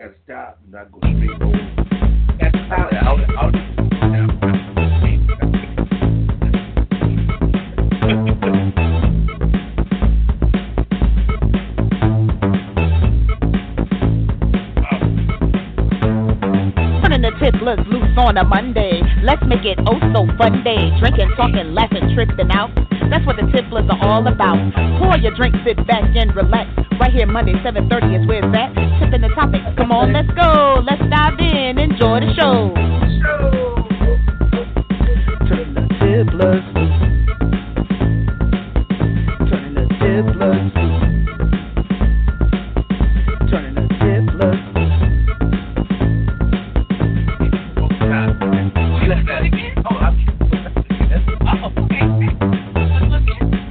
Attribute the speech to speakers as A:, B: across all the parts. A: I stop and I go straight over. That's how I'll, I'll,
B: Turning the tipplers loose on a Monday. Let's make it oh so fun day. Drinking, talking, laughing, tripping out. That's what the tipplers are all about. Pour your drink, sit back and relax. Right here Monday, 7:30 is where it's at. Tipping the topic. Come on, let's go. Let's dive in. Enjoy the show. Turning the tipplers loose. Turning the tipplers loose. Turning the tipplers loose.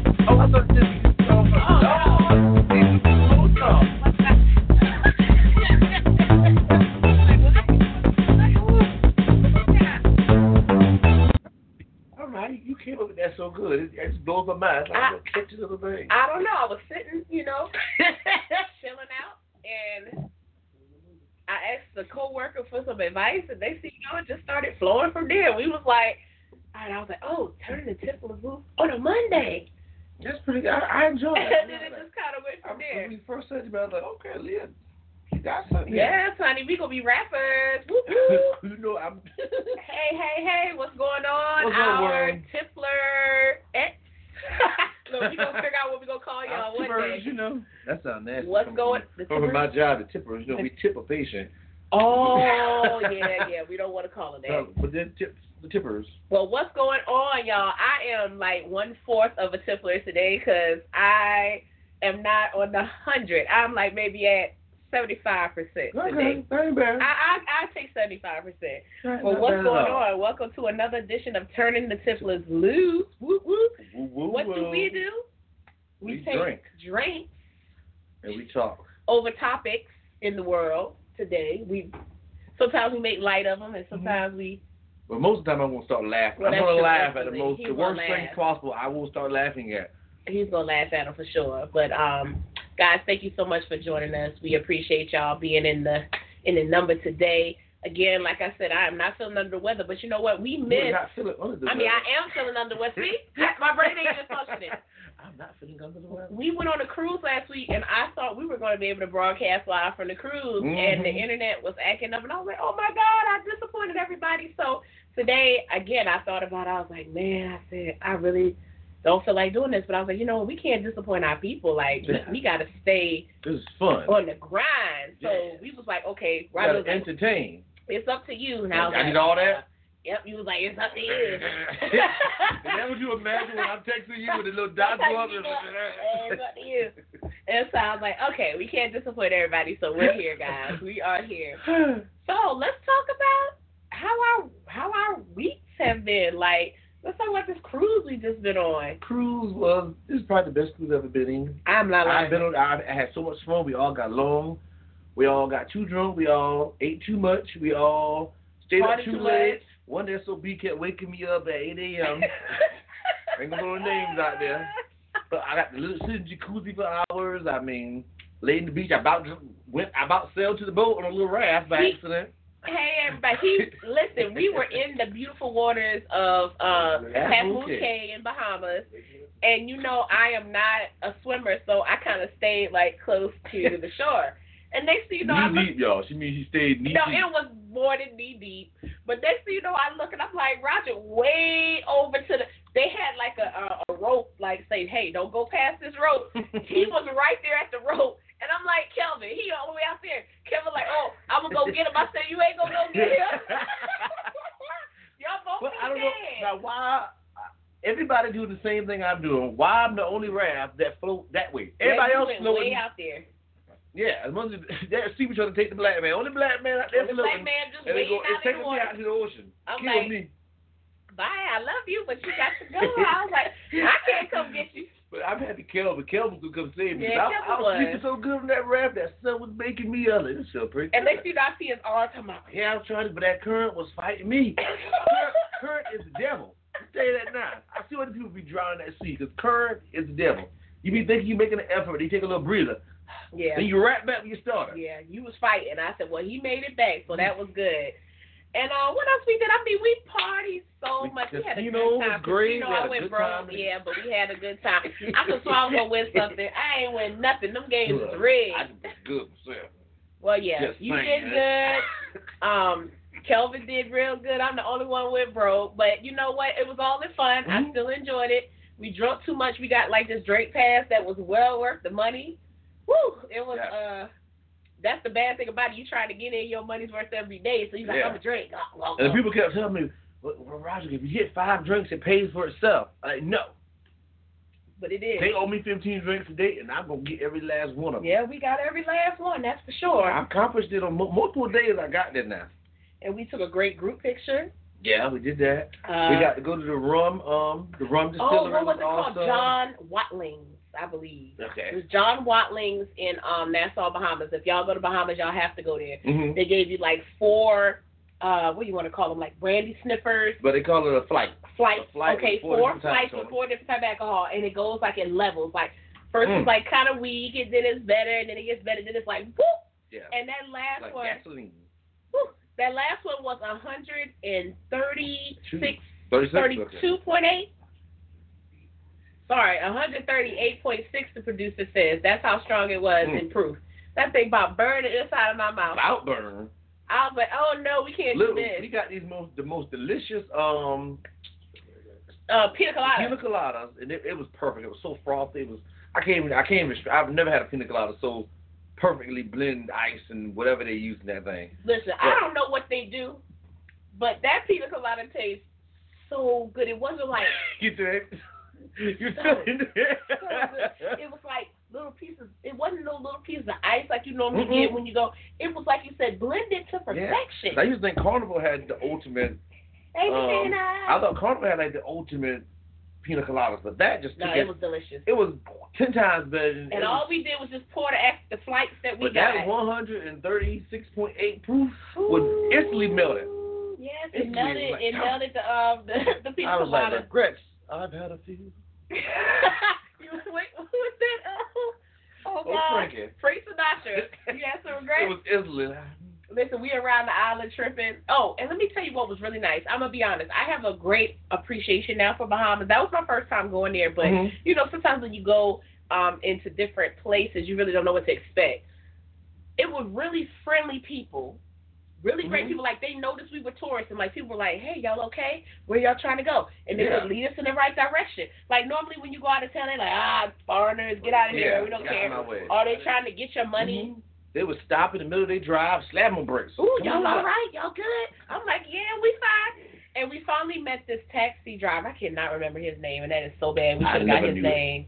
A: Oh, All right, you came up with that so good. It, it just blows my mind. It's like,
C: I-
A: I, catchy little thing.
C: I don't know. I was sitting, you know, chilling out, and I asked the coworker for some advice, and they said, you know, it just started flowing from there. We was like, all right, I was like, oh, turn the tipple loose on a Monday,
A: That's pretty good. I, I enjoy
C: and
A: it.
C: then it just kind of went
A: I,
C: from there.
A: when we first said it, I was like, okay, Leah, you got something. here.
C: Yes, honey, we gonna be rappers. Whoop, whoop.
A: you know, I'm.
C: hey, hey, hey, what's going on?
A: What's up,
C: Our
A: world?
C: Tippler X. Look, we gonna figure out what we gonna call y'all one
A: tippers,
C: day.
A: you know. That sounds nasty.
C: What's
A: From-
C: going- the
A: From my
C: tippers?
A: job, the tippers, you know, we tip a patient.
C: Oh yeah, yeah. We don't want to call it
A: Uh,
C: that.
A: but then tip, the tippers.
C: Well, what's going on, y'all? I am like one fourth of a tippler today because I am not on the hundred. I'm like maybe at seventy five percent today.
A: Okay, that ain't bad.
C: I I, I take seventy five percent.
A: That-
C: Ah, Well,
A: not
C: what's
A: bad at
C: going
A: all.
C: on? Welcome to another edition of Turning the Tipplers Loose. Woo woo.
A: Woo, woo,
C: What do
A: woo.
C: we do? We,
A: We
C: take
A: drink.
C: drinks
A: And we talk.
C: over topics in the world today. We sometimes we make light of them, and
A: Mm-hmm.
C: sometimes we
A: But most of the time, I'm gonna start laughing.
C: Well,
A: I'm
C: that's
A: gonna
C: your
A: laugh at the
C: personality.
A: most,
C: He
A: the
C: won't
A: worst thing
C: laugh.
A: possible. I will start laughing at.
C: he's gonna laugh at him for sure. But um, guys, thank you so much for joining us. We appreciate y'all being in the in the number today. Again, like I said, I am not feeling under the weather, but you know what? We
A: We're
C: missed.
A: not feeling under the
C: I mean,
A: weather.
C: I am feeling under the weather. See, my brain ain't even functioning.
A: I'm not feeling under the weather.
C: We went on a cruise last week, and I thought we were going to be able to broadcast live from the cruise, and the
A: Mhm.
C: internet was acting up, and I was like, "Oh my God, I disappointed everybody." So today, again, I thought about. it. I was like, "Man, I said I really don't feel like doing this," but I was like, "You know, we can't disappoint our people. Like, we-
A: Yeah.
C: we got to stay
A: This is fun.
C: on the grind." So
A: Yeah.
C: we was like, "Okay,
A: you
C: right,
A: gotta entertain.
C: it's up to you."
A: I,
C: Now
A: did all that.
C: Yep, you was like, "It's up to
A: Is
C: you."
A: that what you imagine when I'm texting you with a little dot
C: Sometimes
A: glove?
C: people- Hey, what do you? And so I was like, okay, we can't disappoint everybody, so we're here, guys. We are here. So let's talk about how our how our weeks have been. Like, let's talk about this cruise we just been on.
A: cruise was this is probably the best cruise I've ever been in.
C: I'm not
A: I've
C: lying.
A: been on. I've, I had so much fun. We all got along. We all got too drunk. We all ate too much. We all stayed
C: Party
A: up too
C: too
A: late.
C: much.
A: One SOB kept waking me up at 8 a.m. Ain't gonna put no um, names out there. but I got the little sit in the jacuzzi for hours. I mean, laid in the beach. I about just went. I about sailed to the boat on a little raft by
C: He-
A: accident.
C: Hey everybody, he, listen. We were in the beautiful waters of uh,
A: Yeah,
C: Cancun
A: okay.
C: Cay in Bahamas, and you know I am not a swimmer, so I kind of stayed like close to the shore. And next thing you know, I look
A: knee deep, y'all. She means he stayed knee
C: No,
A: deep.
C: it was more than knee deep. But next thing you know, I look and I'm like, Roger, way over to the. They had like a a, a rope, like say, hey, don't go past this rope. he was right there at the rope, and I'm like, Kelvin, he all the way out there. Kelvin like, oh, I'm gonna go get him. I said, you ain't gonna go get him. Y'all both
A: But I don't know
C: dead.
A: now why everybody do the same thing I'm doing. Why I'm the only raft that float that way. Everybody
C: Yeah, you
A: else
C: went
A: floating.
C: way out there.
A: Yeah, as much as they see me trying to take the black man. Only black man out there
C: The
A: floating.
C: black man just
A: and they go,
C: waiting
A: it's
C: out in
A: taking
C: the
A: me out
C: water.
A: to the ocean.
C: I'm
A: Kill
C: like,
A: me.
C: bye, I love you, but you got to go. I was like, I can't come get you.
A: But I've had to Kelvin. Kelvin could come save me.
C: Yeah,
A: I, I
C: Kelvin
A: was
C: was.
A: sleeping so good on that raft that sun was making me up. Like, This felt pretty
C: And
A: good.
C: next thing you know, I see his arm come out.
A: yeah, I was trying to, but that current was fighting me. current, current is the devil. I tell you that now. I see other people be drowning at sea because current is the devil. You be thinking you're making an effort, you take a little breather.
C: Yeah.
A: Then you right back with your starter.
C: Yeah, you was fighting. I said, well, he made it back, so
A: Mm.
C: that was good. And uh, what else we did? I mean, we partied so
A: We-
C: much. We had a
A: casino
C: good
A: was
C: time.
A: great.
C: Casino,
A: We had
C: I
A: a
C: went
A: good
C: broke.
A: time.
C: Yeah, but we had a good time. I could swear I was gonna win something. I ain't win nothing. Them games was rigged.
A: I was good myself.
C: Well, yeah,
A: Just
C: you
A: saying.
C: did good. Um, Kelvin did real good. I'm the only one went broke, but you know what? It was all in fun. I
A: Mhm.
C: still enjoyed it. We drunk too much. We got like this drink pass that was well worth the money. Woo! It was.
A: Yeah.
C: uh That's the bad thing about it. You trying to get in your money's worth every day, so you like,
A: Yeah.
C: I'm a drink. Oh, well,
A: And
C: well.
A: people kept telling me, well, well, Roger, if you hit five drinks, it pays for itself. I like, no.
C: But it is.
A: They owe me 15 drinks a day, and I'm going to get every last one of them.
C: Yeah, we got every last one. That's for sure.
A: I accomplished it on mu- multiple days I got there now.
C: And we took a great group picture.
A: Yeah, we did that.
C: Uh,
A: we got to go to the rum, um, the rum distillery.
C: oh, what was it called?
A: also-
C: John Watlings, I believe. It
A: Okay.
C: was John Watlings in um, Nassau, Bahamas. If y'all go to Bahamas, y'all have to go there.
A: hmm
C: They gave you like four, uh, what do you want to call them, like brandy sniffers,
A: But they call it a flight.
C: flights.
A: A flight
C: okay,
A: with four
C: four
A: different types
C: flights
A: on
C: with
A: it.
C: four different type of alcohol, and it goes like in levels. Like first
A: Mm.
C: it's like kind of weak, and then it's better, and then it gets better, then it's like whoop.
A: Yeah.
C: And that last
A: like
C: one,
A: gasoline.
C: whew, that last one was 136
A: 36? Okay.
C: 32.8. Sorry, 138.6 the producer says. That's how strong it was
A: Mm.
C: in proof. That thing about burning inside of my mouth.
A: Outburn.
C: I was like, oh no, we can't
A: Look,
C: do
A: we
C: this.
A: got these most the most delicious um
C: Uh, pina colada.
A: pina coladas, and it, it was perfect. It was so frothy. It was I can't even I can't even I've never had a pina colada so perfectly blend ice and whatever they use in that thing.
C: Listen, I don't know what they do, but that pina colada tastes so good. It wasn't like,
A: You do it. You feel it.
C: so good. it was like little pieces. It wasn't no little pieces of ice like you normally
A: Mm-mm.
C: get when you go. It was like you said, blended to perfection.
A: I used to think Carnival had the ultimate.
C: Everything
A: um, I
C: I,
A: thought Carnival had like the ultimate pina coladas, but that just took
C: no,
A: it.
C: it was delicious.
A: it was ten times better. Than it
C: And
A: was-
C: all we did was just pour the extra flights that we
A: but
C: got.
A: that 136.8 proof would instantly melt it.
C: Yes, it
A: Instantly
C: melted.
A: it was like,
C: it melted the um the, the pina
A: I was like,
C: colada.
A: regrets. I've had a few.
C: you wait, who was that? Oh, oh
A: Oh,
C: God,
A: Frankie.
C: Frank Sinatra. you had some
A: It
C: regrets.
A: was instantly. mm-hmm.
C: Listen, we around the island tripping. Oh, and let me tell you what was really nice. I'm gonna be honest. I have a great appreciation now for Bahamas. That was my first time going there, but
A: Mhm.
C: you know, sometimes when you go um, into different places, you really don't know what to expect. It was really friendly people, really great
A: Mhm.
C: people. Like they noticed we were tourists, and like people were like, "Hey, y'all okay? Where y'all trying to go?" And they
A: Yeah.
C: would lead us in the right direction. Like normally when you go out of town, they're like, "Ah, foreigners, get out of
A: Yeah,
C: here. We don't
A: get out
C: care."
A: my way.
C: Are they trying to get your money?
A: Mhm. They would stop in the middle of their drive, slam on brakes.
C: Ooh,
A: Come
C: y'all
A: on
C: all
A: up.
C: right? Y'all good? I'm like, yeah, we fine. And we finally met this taxi driver. I cannot remember his name, and that is so bad. We
A: I
C: should have got
A: never
C: his
A: knew it.
C: name.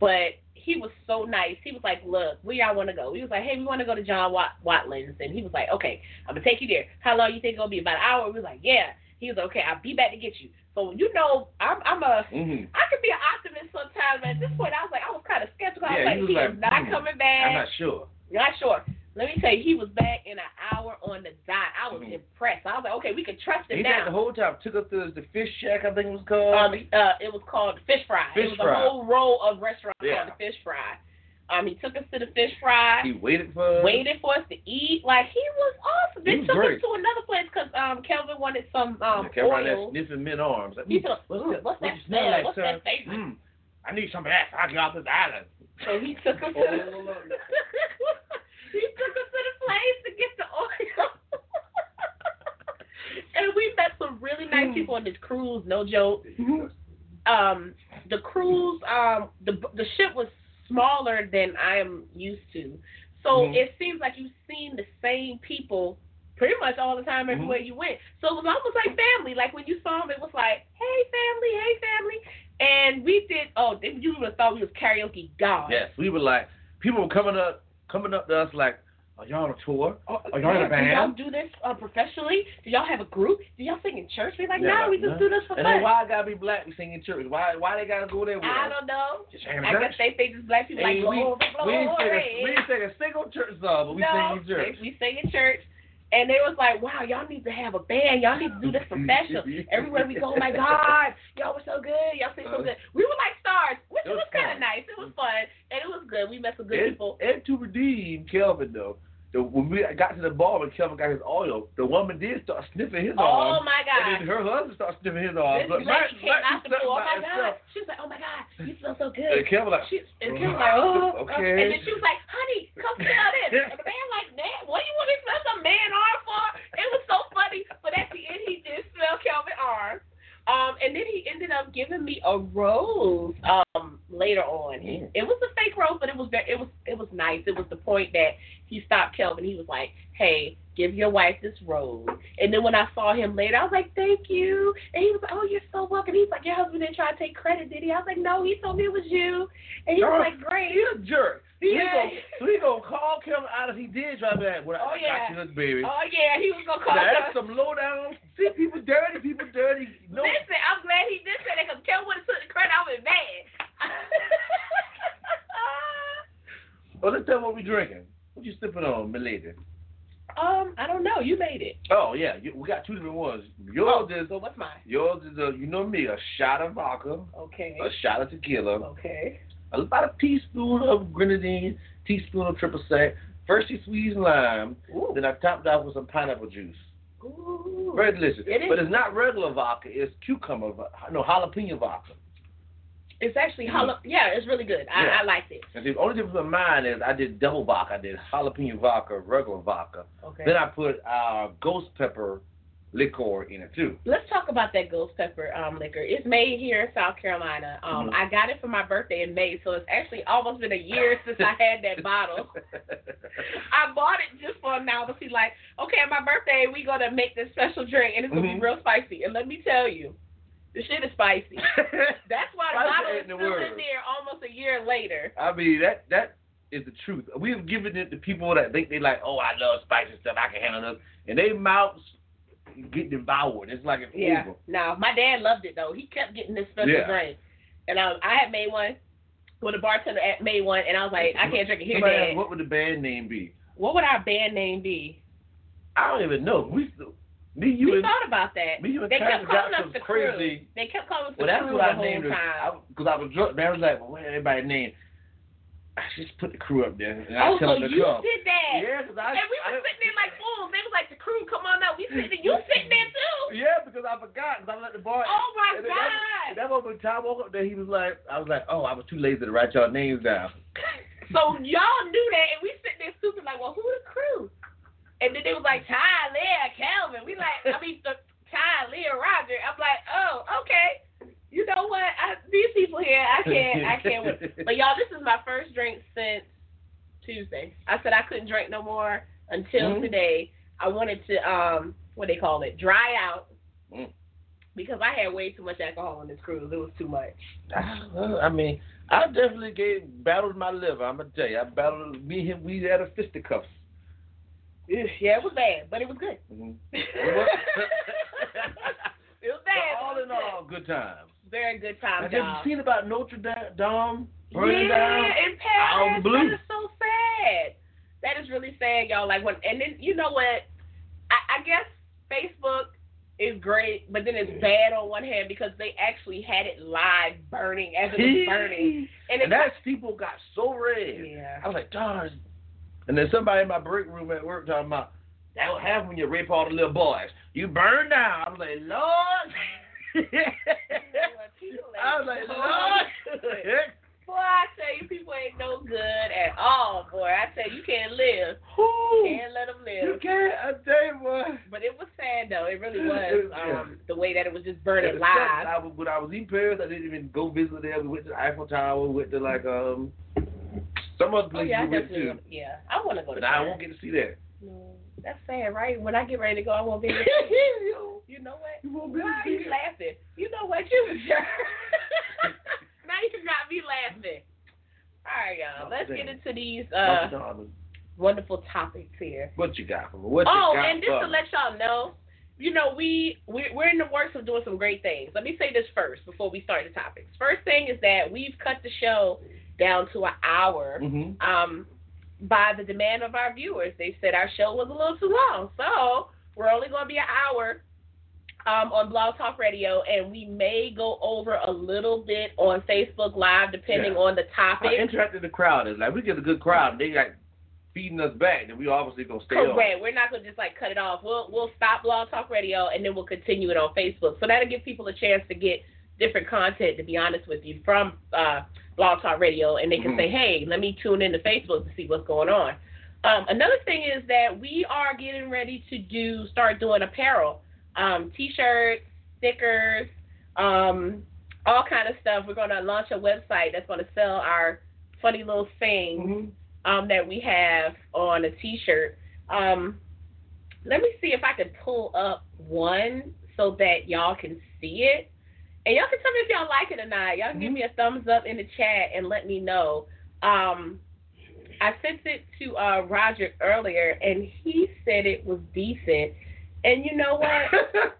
C: But he was so nice. He was like, look, where y'all want to go? He was like, hey, we want to go to John Wat- Watlins. And he was like, okay, I'm going to take you there. How long you think it'll be? About an hour? We was like, yeah. He was like, okay, I'll be back to get you. So, you know, I'm, I'm a...
A: Mhm.
C: I could be an optimist sometimes, but at this point, I was like, I was kind of skeptical.
A: Yeah,
C: I
A: he was
C: was like, he
A: like,
C: is not
A: hmm,
C: coming back.
A: I'm not sure.
C: Not sure. Let me tell you, he was back in an hour on the dot. I was
A: Mhm.
C: impressed. I was like, okay, we can trust him
A: He had the
C: now.
A: whole time. Took us to the fish shack, I think it was called.
C: Um, uh, it was called Fish Fry.
A: Fish
C: it was
A: Fry.
C: a whole row of restaurants
A: Yeah.
C: called the Fish Fry. Um, he took us to the Fish Fry.
A: he waited for us.
C: waited for us to eat. Like he was awesome.
A: He
C: Then
A: was
C: took
A: great.
C: us to another place because um, Kelvin wanted some um
A: Like, everybody
C: oil.
A: that sniffing men arms. Like,
C: He
A: "Mm,
C: took-
A: what's
C: mm,
A: that?
C: what's
A: what
C: that
A: you smell
C: smell?
A: like,
C: What's
A: sir?
C: that flavor?
A: Mm, I need some of that. I get off this island.
C: So he took us to the, he took us to the place to get the oil. and we met some really nice people on this cruise. No joke. Um, the cruise, um, the the ship was smaller than I am used to, so
A: Mhm.
C: it seems like you've seen the same people pretty much all the time
A: Mhm.
C: everywhere you went. So it was almost like family. Like when you saw them, it was like, hey family, hey family. And we did. Oh, you would have thought we was karaoke gods.
A: Yes, we were like, people were coming up, coming up to us like, are y'all on a tour?
C: Oh,
A: Are y'all in a
C: do y'all
A: band?
C: do this uh, professionally? Do y'all have a group? Do y'all sing in church? We're like,
A: Yeah,
C: no,
A: like,
C: we just
A: no.
C: do this for
A: And then
C: fun.
A: why I gotta be black and sing in church? Why why they gotta go there with
C: I
A: us?
C: don't know.
A: Just hanging
C: I
A: out.
C: guess they think just black people like
A: And we,
C: glory,
A: we, didn't sing a, we
C: glory.
A: didn't sing a single church song, but we
C: no,
A: sang in church.
C: we sing in church. And they was like, wow, y'all need to have a band. Y'all need to do this professional. Everywhere we go, oh my God, y'all were so good. Y'all sing
A: Uh,
C: so good. We were like stars, which
A: It
C: was,
A: was
C: kind of
A: fun.
C: nice. It was fun. And it was good. We met some good
A: And,
C: people.
A: and to redeem Kelvin though, the, when we got to the bar when Kelvin got his oil, the woman did start sniffing his
C: Oh
A: arm.
C: my
A: And
C: God.
A: then her husband started sniffing his arm.
C: This
A: But
C: lady
A: Martin-
C: came out
A: Martin
C: the pool. Oh my
A: sat by
C: God.
A: himself.
C: She was like, oh my God, you smell so
A: And
C: good.
A: Kelvin like,
C: She and Kim was like, oh, oh.
A: Okay.
C: and then she was like, honey, come smell this. And the man like, man, what do you want to smell some man arm for? It was so funny, but at the end he did smell Kelvin arm. Um, and then he ended up giving me a rose um later on.
A: Yeah.
C: It was a fake rose, but it was very, it was it was nice. It was the point that he stopped Kelvin. He was like, "Hey, give your wife this rose." And then when I saw him later, I was like, "Thank you." And he was like, "Oh, you're so welcome." He's like, "Your husband didn't try to take credit, did he?" I was like, "No, he told me it was you." And he
A: Girl,
C: was like, "Great."
A: He a jerk. He
C: Yeah.
A: gonna, so he gonna call Kelvin out if he did try to be like, well,
C: Oh,
A: I
C: yeah.
A: got you this baby.
C: Oh yeah, he was gonna call.
A: now,
C: her.
A: that's some low down. See people dirty, people dirty. No,
C: Listen, I'm glad he did say that because Kel would have took the credit. I would have been mad.
A: well, Oh, let's tell what we drinking. What you sipping on, milady?
C: um, I don't know. You made it. Oh,
A: Oh yeah, you, we got two different ones. Yours is
C: So what's mine?
A: yours is a you know me a shot of vodka,
C: Okay.
A: a shot of tequila,
C: Okay.
A: about a teaspoon of grenadine, teaspoon of triple sec. First you squeeze lime,
C: Ooh.
A: then I topped off with some pineapple juice.
C: Ooh.
A: Very delicious.
C: It is.
A: But it's not regular vodka. It's cucumber, vo- no jalapeno vodka.
C: It's actually jala- yeah, it's really good. I,
A: Yeah.
C: I liked it.
A: And the only difference with mine is I did double vodka. I did jalapeno vodka, regular vodka.
C: Okay.
A: Then I put uh, ghost pepper liqueur in it too.
C: Let's talk about that ghost pepper um, liquor. It's made here in South Carolina. Um,
A: Mhm.
C: I got it for my birthday in May, so it's actually almost been a year since I had that bottle. I bought it just for now to see, like, okay, my birthday, we gonna make this special drink, and it's gonna
A: Mhm.
C: be real spicy. And let me tell you, the shit is spicy. That's why the
A: Spicy
C: bottle is
A: ain't the
C: still in
A: word.
C: there almost a year later.
A: I mean that that is the truth. We have given it to people that think they like, oh, I love spicy stuff. I can handle this, and they mouths get devoured. It's like an
C: Yeah.
A: evil.
C: No, my dad loved it though. He kept getting this special
A: Yeah.
C: drink, and I, I had made one. Well, the bartender at- made one, and I was like, I can't drink it here,
A: Somebody asked,
C: Dad.
A: what would the band name be?
C: What would our band name be?
A: I don't even know. We me you
C: we
A: and
C: thought about that.
A: me you and
C: They
A: Tyler
C: kept
A: got
C: calling us
A: some
C: the
A: crazy.
C: crew. They kept calling us the
A: Well, that's
C: crew
A: what
C: the
A: I
C: whole
A: named her.
C: time.
A: Because I, was drunk. Man, I was like, well, what everybody named? I just put the crew up there. And I
C: oh,
A: tell
C: so
A: them to
C: you
A: come.
C: did that.
A: Yeah, because I.
C: And we
A: I
C: were
A: didn't-
C: sitting there like fools. They was like, the crew, come on out. We sitting, you sitting there too.
A: Yeah, because I forgot. Because I let the bar.
C: Oh
A: and
C: my
A: then That,
C: God.
A: that moment, Tom woke up there. He was like, I was like, oh, I was too lazy to write y'all names down.
C: So y'all knew that, and we sitting there stupid like, well, who the crew? And then they was like, Ty, Leah, Calvin. We like, I mean, the, Ty, Leah, Roger. I'm like, oh, okay. You know what? I, these people here, I can't, I can't. With. But y'all, this is my first drink since Tuesday. I said I couldn't drink no more until
A: Mhm.
C: today. I wanted to um what they call it, dry out.
A: Mm.
C: Because I had way too much alcohol on this cruise. It was too much.
A: Well, I mean, I definitely gave battled my liver. I'm gonna tell you, I battled me and him. We had a fisticuffs.
C: Yeah, it was bad, but it was good.
A: Mhm.
C: it
A: Well,
C: was
A: but
C: bad. but
A: all
C: it was
A: in
C: good.
A: all, good times.
C: Very good time,
A: Have you
C: y'all.
A: seen about Notre Da- Dame burning down?
C: Yeah, in Paris.
A: Out of the blue.
C: That is so sad. That is really sad, y'all. Like when and then you know what? I, I guess Facebook is great, but then it's bad on one hand because they actually had it live burning as it was burning.
A: And
C: And, it's
A: that steeple got so red.
C: yeah.
A: I was like, darn. And then somebody in my break room at work talking about, that will happen when you rape all the little boys. You burn down. I was like, Lord. I was like, Lord.
C: Boy, I tell you, people ain't no good at all, boy. I tell you, you can't live.
A: Whew.
C: Can't let them
A: You
C: live.
A: can't. I tell you what.
C: But it was sad, though. It really
A: It
C: was.
A: was-
C: Um,
A: yeah.
C: The way that it was just
A: At the
C: burning
A: time,
C: live.
A: I was, when I was in Paris, I didn't even go visit there. We went to the Eiffel Tower. We went to like um some other
C: Oh
A: place
C: yeah, I
A: we went
C: definitely.
A: to.
C: wanna- Yeah, I want to go to.
A: But I
C: Paris.
A: won't get to see that.
C: No, that's sad, right? When I get ready to go, I won't be.
A: you
C: you know what?
A: won't be
C: Why are
A: able to
C: you
A: see
C: laughing? You know what? You a jerk. now you got me laughing. All right, y'all. Let's get into these
A: it.
C: uh,
A: Darling,
C: wonderful topics here.
A: What you got for me? What
C: Oh,
A: you got
C: and just
A: for
C: to
A: me?
C: let y'all know, you know, we we're, we're in the works of doing some great things. Let me say this first before we start the topics. First thing is that we've cut the show down to an hour.
A: Mhm.
C: Um, by the demand of our viewers. They said our show was a little too long, so we're only going to be an hour um, on Blog Talk Radio, and we may go over a little bit on Facebook Live depending
A: Yeah. Uh,
C: on the
A: How
C: topic.
A: interactive the crowd is. Like we get a good crowd, and they like feeding us back, then we obviously gonna stay on.
C: Correct. We're not gonna just like cut it off. We'll we'll stop Blog Talk Radio and then we'll continue it on Facebook. So that'll give people a chance to get different content. To be honest with you, from uh, Blog Talk Radio, and they can
A: Mhm.
C: say, hey, let me tune into Facebook to see what's going on. Um, another thing is that we are getting ready to do start doing apparel, um, t-shirts, stickers, um, all kind of stuff. We're gonna launch a website that's gonna sell our funny little things
A: Mhm.
C: um, that we have on a T-shirt. Um, let me see if I can pull up one so that y'all can see it, and y'all can tell me if y'all like it or not. Y'all can give me a thumbs up in the chat and let me know. Um, I sent it to uh, Roger earlier, and he said it was decent. And you know what?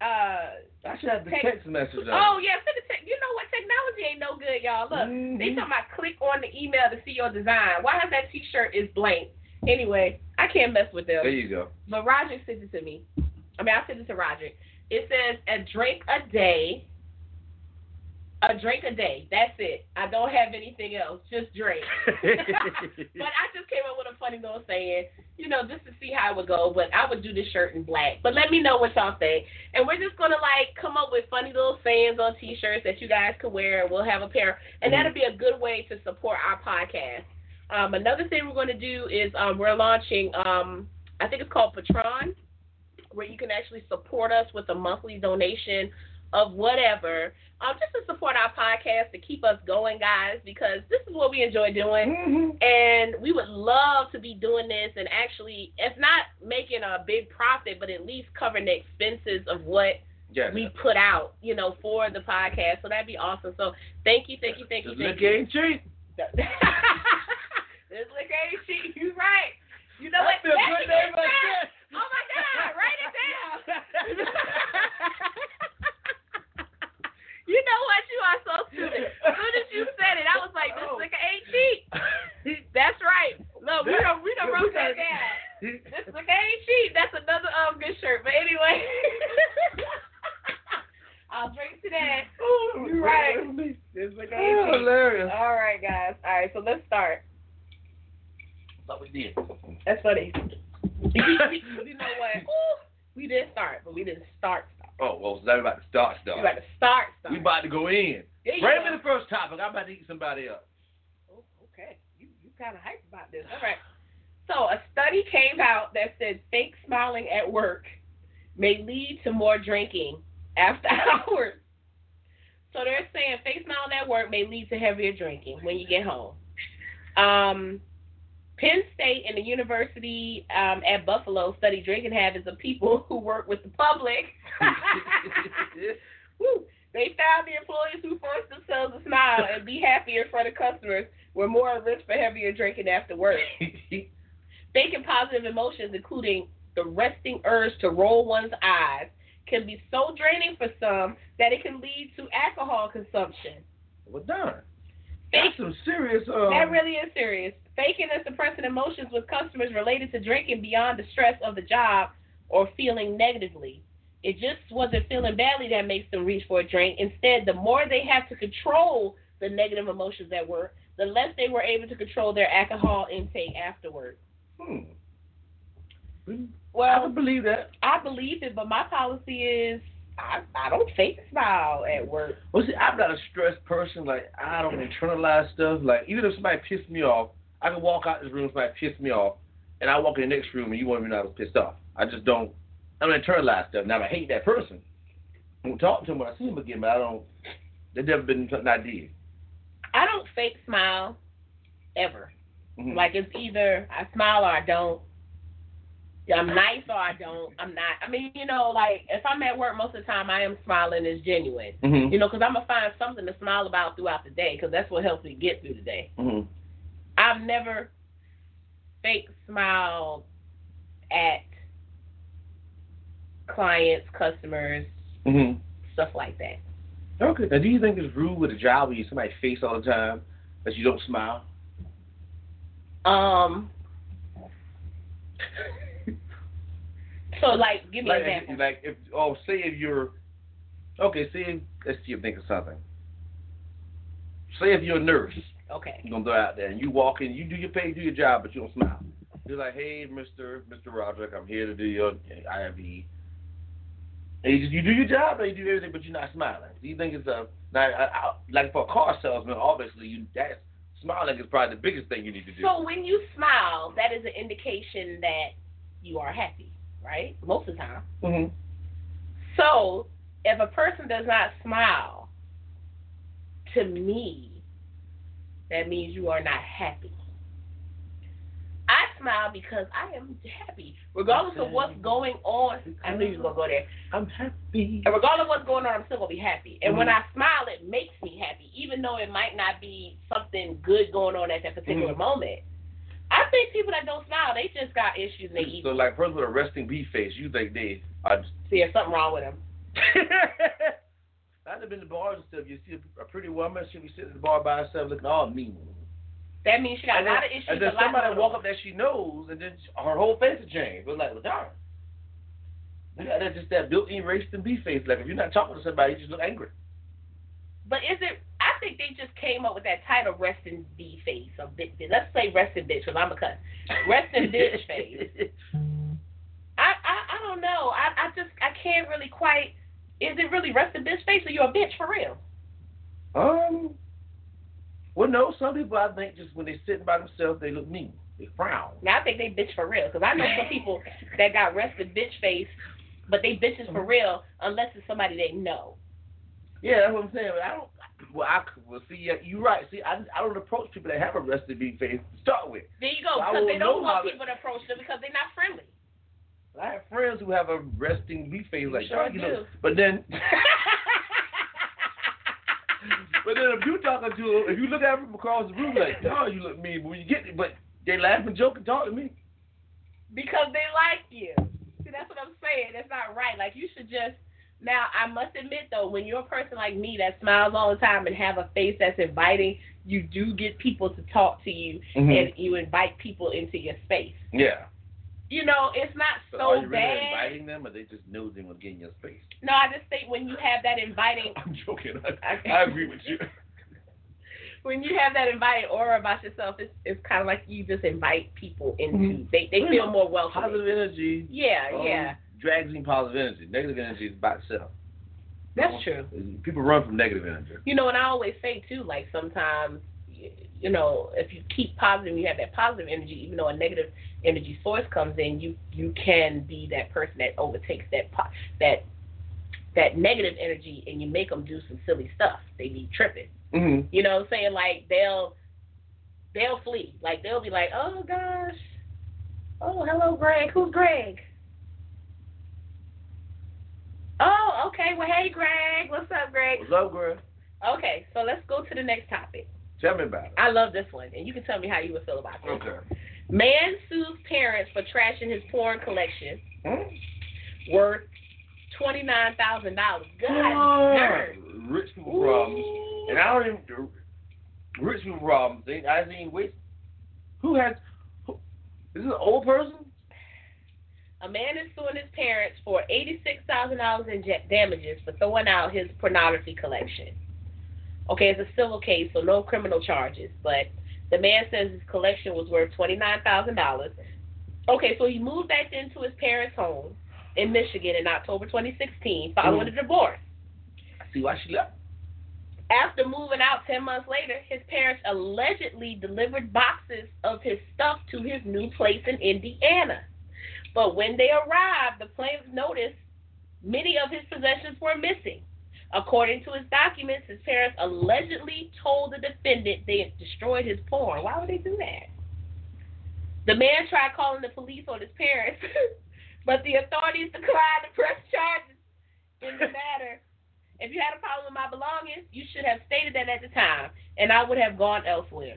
C: uh,
A: I should have the
C: Text-
A: text message up.
C: oh yeah, send the tech. You know what? Technology ain't no good, y'all. Look. They
A: Mhm.
C: talking about click on the email to see your design. Why have that T-shirt is blank? Anyway, I can't mess with
A: There
C: them.
A: you go.
C: But Roger sent it to me. I mean, I sent it to Roger. It says a drink a day. A drink a day. That's it. I don't have anything else. Just drink. But I just came up with a funny little saying, you know, just to see how it would go. But I would do this shirt in black. But let me know what y'all think. And we're just gonna like come up with funny little sayings on T-shirts that you guys can wear, and we'll have a pair. And that'll be a good way to support our podcast. Um, another thing we're gonna do is um, we're launching. Um, I think it's called Patron, where you can actually support us with a monthly donation of whatever, um, just to support our podcast to keep us going, guys, because this is what we enjoy doing
A: Mhm.
C: and we would love to be doing this and actually if not making a big profit but at least covering the expenses of what
A: Yes.
C: we put out you know for the podcast so that'd be awesome so thank you thank you thank you
A: Just
C: thank
A: look
C: you
A: ain't cheap.
C: this look ain't cheap you right you know
A: I
C: what
A: feel
C: That
A: good
C: is
A: day by
C: right.
A: day.
C: oh my god write it down you know what you are so stupid as soon as you said it i was like this
A: Oh.
C: look ain't cheap that's right. Look, we don't we don't wrote that down. This look ain't cheap. That's another um good shirt. But anyway, I'll drink to that. You're right.
A: It's like
C: Oh,
A: hilarious.
C: All right, guys. All right, so let's start.
A: That's what we did.
C: That's funny. you know what? Ooh, we did start, but we didn't start. Start.
A: Oh, well, so about to start,
C: We
A: start.
C: about to start. Start.
A: We about to go in.
C: There you
A: Bring
C: go.
A: me the first topic. I'm about to eat somebody up.
C: Oh, okay. You you kind of hyped about this. All right. So a study came out that said fake smiling at work may lead to more drinking after hours. So they're saying fake smiling at work may lead to heavier drinking when you get home. Um, Penn State and the University um, at Buffalo study drinking habits of people who work with the public. Woo. They found the employees who forced themselves to smile and be happy in front of customers were more at risk for heavier drinking after work. Faking positive emotions, including the resting urge to roll one's eyes, can be so draining for some that it can lead to alcohol consumption.
A: well, darn.
C: Fake,
A: That's some serious. Um,
C: that really is serious. Faking and suppressing emotions with customers related to drinking beyond the stress of the job or feeling negatively. It just wasn't feeling badly that makes them reach for a drink. Instead, the more they have to control the negative emotions at work, the less they were able to control their alcohol intake afterward.
A: hmm. I
C: Well,
A: can believe that.
C: I believe it, but my policy is I, I don't fake smile at work.
A: Well, see, I'm not a stressed person. Like, I don't internalize stuff. Like, even if somebody pissed me off, I can walk out this room, somebody pissed me off, and I walk in the next room and you won't even know I was pissed off. I just don't, I don't internalize stuff. Now, I hate that person. I don't talk to him when I see him again, but I don't, there's never been something I did.
C: I don't fake smile ever.
A: Mhm.
C: Like it's either I smile or I don't. I'm nice or I don't. I'm not. I mean, you know, like if I'm at work, most of the time I am smiling is genuine.
A: Mhm.
C: You know, because I'm gonna find something to smile about throughout the day, because that's what helps me get through the day.
A: Mhm.
C: I've never fake smiled at clients, customers,
A: Mhm.
C: stuff like that.
A: Okay. Now, do you think it's rude with a job where you see somebody's face all the time that you don't smile?
C: Um. so like, give me
A: Like,
C: an example.
A: if, like if oh say if you're okay, say if, let's see if you think of something. Say if you're a nurse,
C: Okay.
A: you're gonna go out there and you walk in, you do your pay, do your job, but you don't smile. You're like, hey, Mister Mister Roderick, I'm here to do your IRV. And you, just, you do your job, and you do everything, but you're not smiling. Do you think it's a now, I, I, like for a car salesman? Obviously, you that's smiling is probably the biggest thing you need to do.
C: So when you smile, that is an indication that you are happy, right? Most of the time.
A: mm-hmm.
C: So if a person does not smile, to me, that means you are not happy. I smile because I am happy, regardless of what's going on. I knew you were gonna go there.
A: I'm happy.
C: And regardless of what's going on, I'm still gonna be happy. And
A: Mm-hmm.
C: when I smile, it makes me happy, even though it might not be something good going on at that particular
A: Mhm.
C: moment. I think people that don't smile, they just got issues. and They eat.
A: So like, person with a resting bee face, you think they are
C: See, there's something wrong with them.
A: I'd have been to bars and stuff. You see a pretty woman, she'll be sitting at the bar by herself looking all mean.
C: That means she got
A: and
C: a
A: then,
C: lot of issues.
A: and then
C: a lot
A: somebody
C: going
A: walk
C: on.
A: up that she knows, and then she- her whole face will change. We're like, well, darn. We got that just that built-in racist and beef face. Like if you're not talking to somebody, you just look angry.
C: But is it? I think they just came up with that title, "Rest in B face" or "Bitch." Let's say "Rest in Bitch" because I'm a cuss. Rest in bitch face. I, I I don't know. I I just I can't really quite. Is it really "Rest in Bitch" face or you a bitch for real?
A: Um. Well, no. Some people I think just when they sitting by themselves, they look mean. They frown.
C: Now I think they bitch for real because I know some people that got "Rest in Bitch" face, but they bitches for real unless it's somebody they know.
A: Yeah, that's what I'm saying. But I don't. Well, I well see. Yeah, you're right. See, I I don't approach people that have a rested beef face to start with.
C: There you go
A: I
C: because they
A: will
C: don't
A: know
C: want
A: how to-
C: people to approach them because they're not friendly.
A: I have friends who have a resting beef face like
C: Sure
A: that, you know.
C: do.
A: But then, but then if you talking to them, if you look at them from across the room like, dog, you look mean. But when you get, but they laugh and joke and talk to me.
C: because they like you. See, that's what I'm saying. That's not right. Like you should just. Now, I must admit though, when you're a person like me that smiles all the time and have a face that's inviting, you do get people to talk to you, and you invite people into your space.
A: Yeah.
C: You know, it's not so,
A: are you
C: bad.
A: really inviting them, or they just nosing or getting your space?
C: No, I just think when you have that inviting,
A: I'm joking. I, I agree with you.
C: when you have that inviting aura about yourself, it's it's kind of like you just invite people into.
A: Mhm.
C: They they feel more welcome.
A: Positive energy.
C: Yeah,
A: um,
C: Uh, yeah,
A: Drags in positive energy. Negative energy is by itself.
C: that's true.
A: People run from negative energy.
C: You know, and I always say too, like sometimes, y- you know, if you keep positive, you have that positive energy, even though a negative energy source comes in, you you can be that person that overtakes that po- that that negative energy, and you make them do some silly stuff. They be tripping.
A: Mm-hmm.
C: You know what I'm saying? Like they'll they'll flee. Like they'll be like, oh gosh, oh hello Greg, who's Greg? Oh, okay. Well, hey, Greg. What's up, Greg?
A: What's up, girl?
C: Okay, so let's go to the next topic.
A: Tell me about it.
C: I love this one, and you can tell me how you would feel about this.
A: Okay.
C: Man sues parents for trashing his porn collection
A: Hmm?
C: worth twenty nine thousand dollars. God, darn.
A: Darn. Rich people problems.
C: Ooh.
A: And I don't even rich people problems. They, I didn't even wait. Who has? Who, is this an old person?
C: A man is suing his parents for eighty six thousand dollars in ja- damages for throwing out his pornography collection. Okay, it's a civil case, so no criminal charges. But the man says his collection was worth twenty nine thousand dollars. Okay, so he moved back into his parents' home in Michigan in October 2016, following a divorce.
A: I see why she left.
C: After moving out 10 months later, his parents allegedly delivered boxes of his stuff to his new place in Indiana. But when they arrived, the plaintiff noticed many of his possessions were missing. According to his documents, his parents allegedly told the defendant they had destroyed his porn. Why would they do that? The man tried calling the police on his parents, but the authorities declined to press charges in the matter. If you had a problem with my belongings, you should have stated that at the time, and I would have gone elsewhere.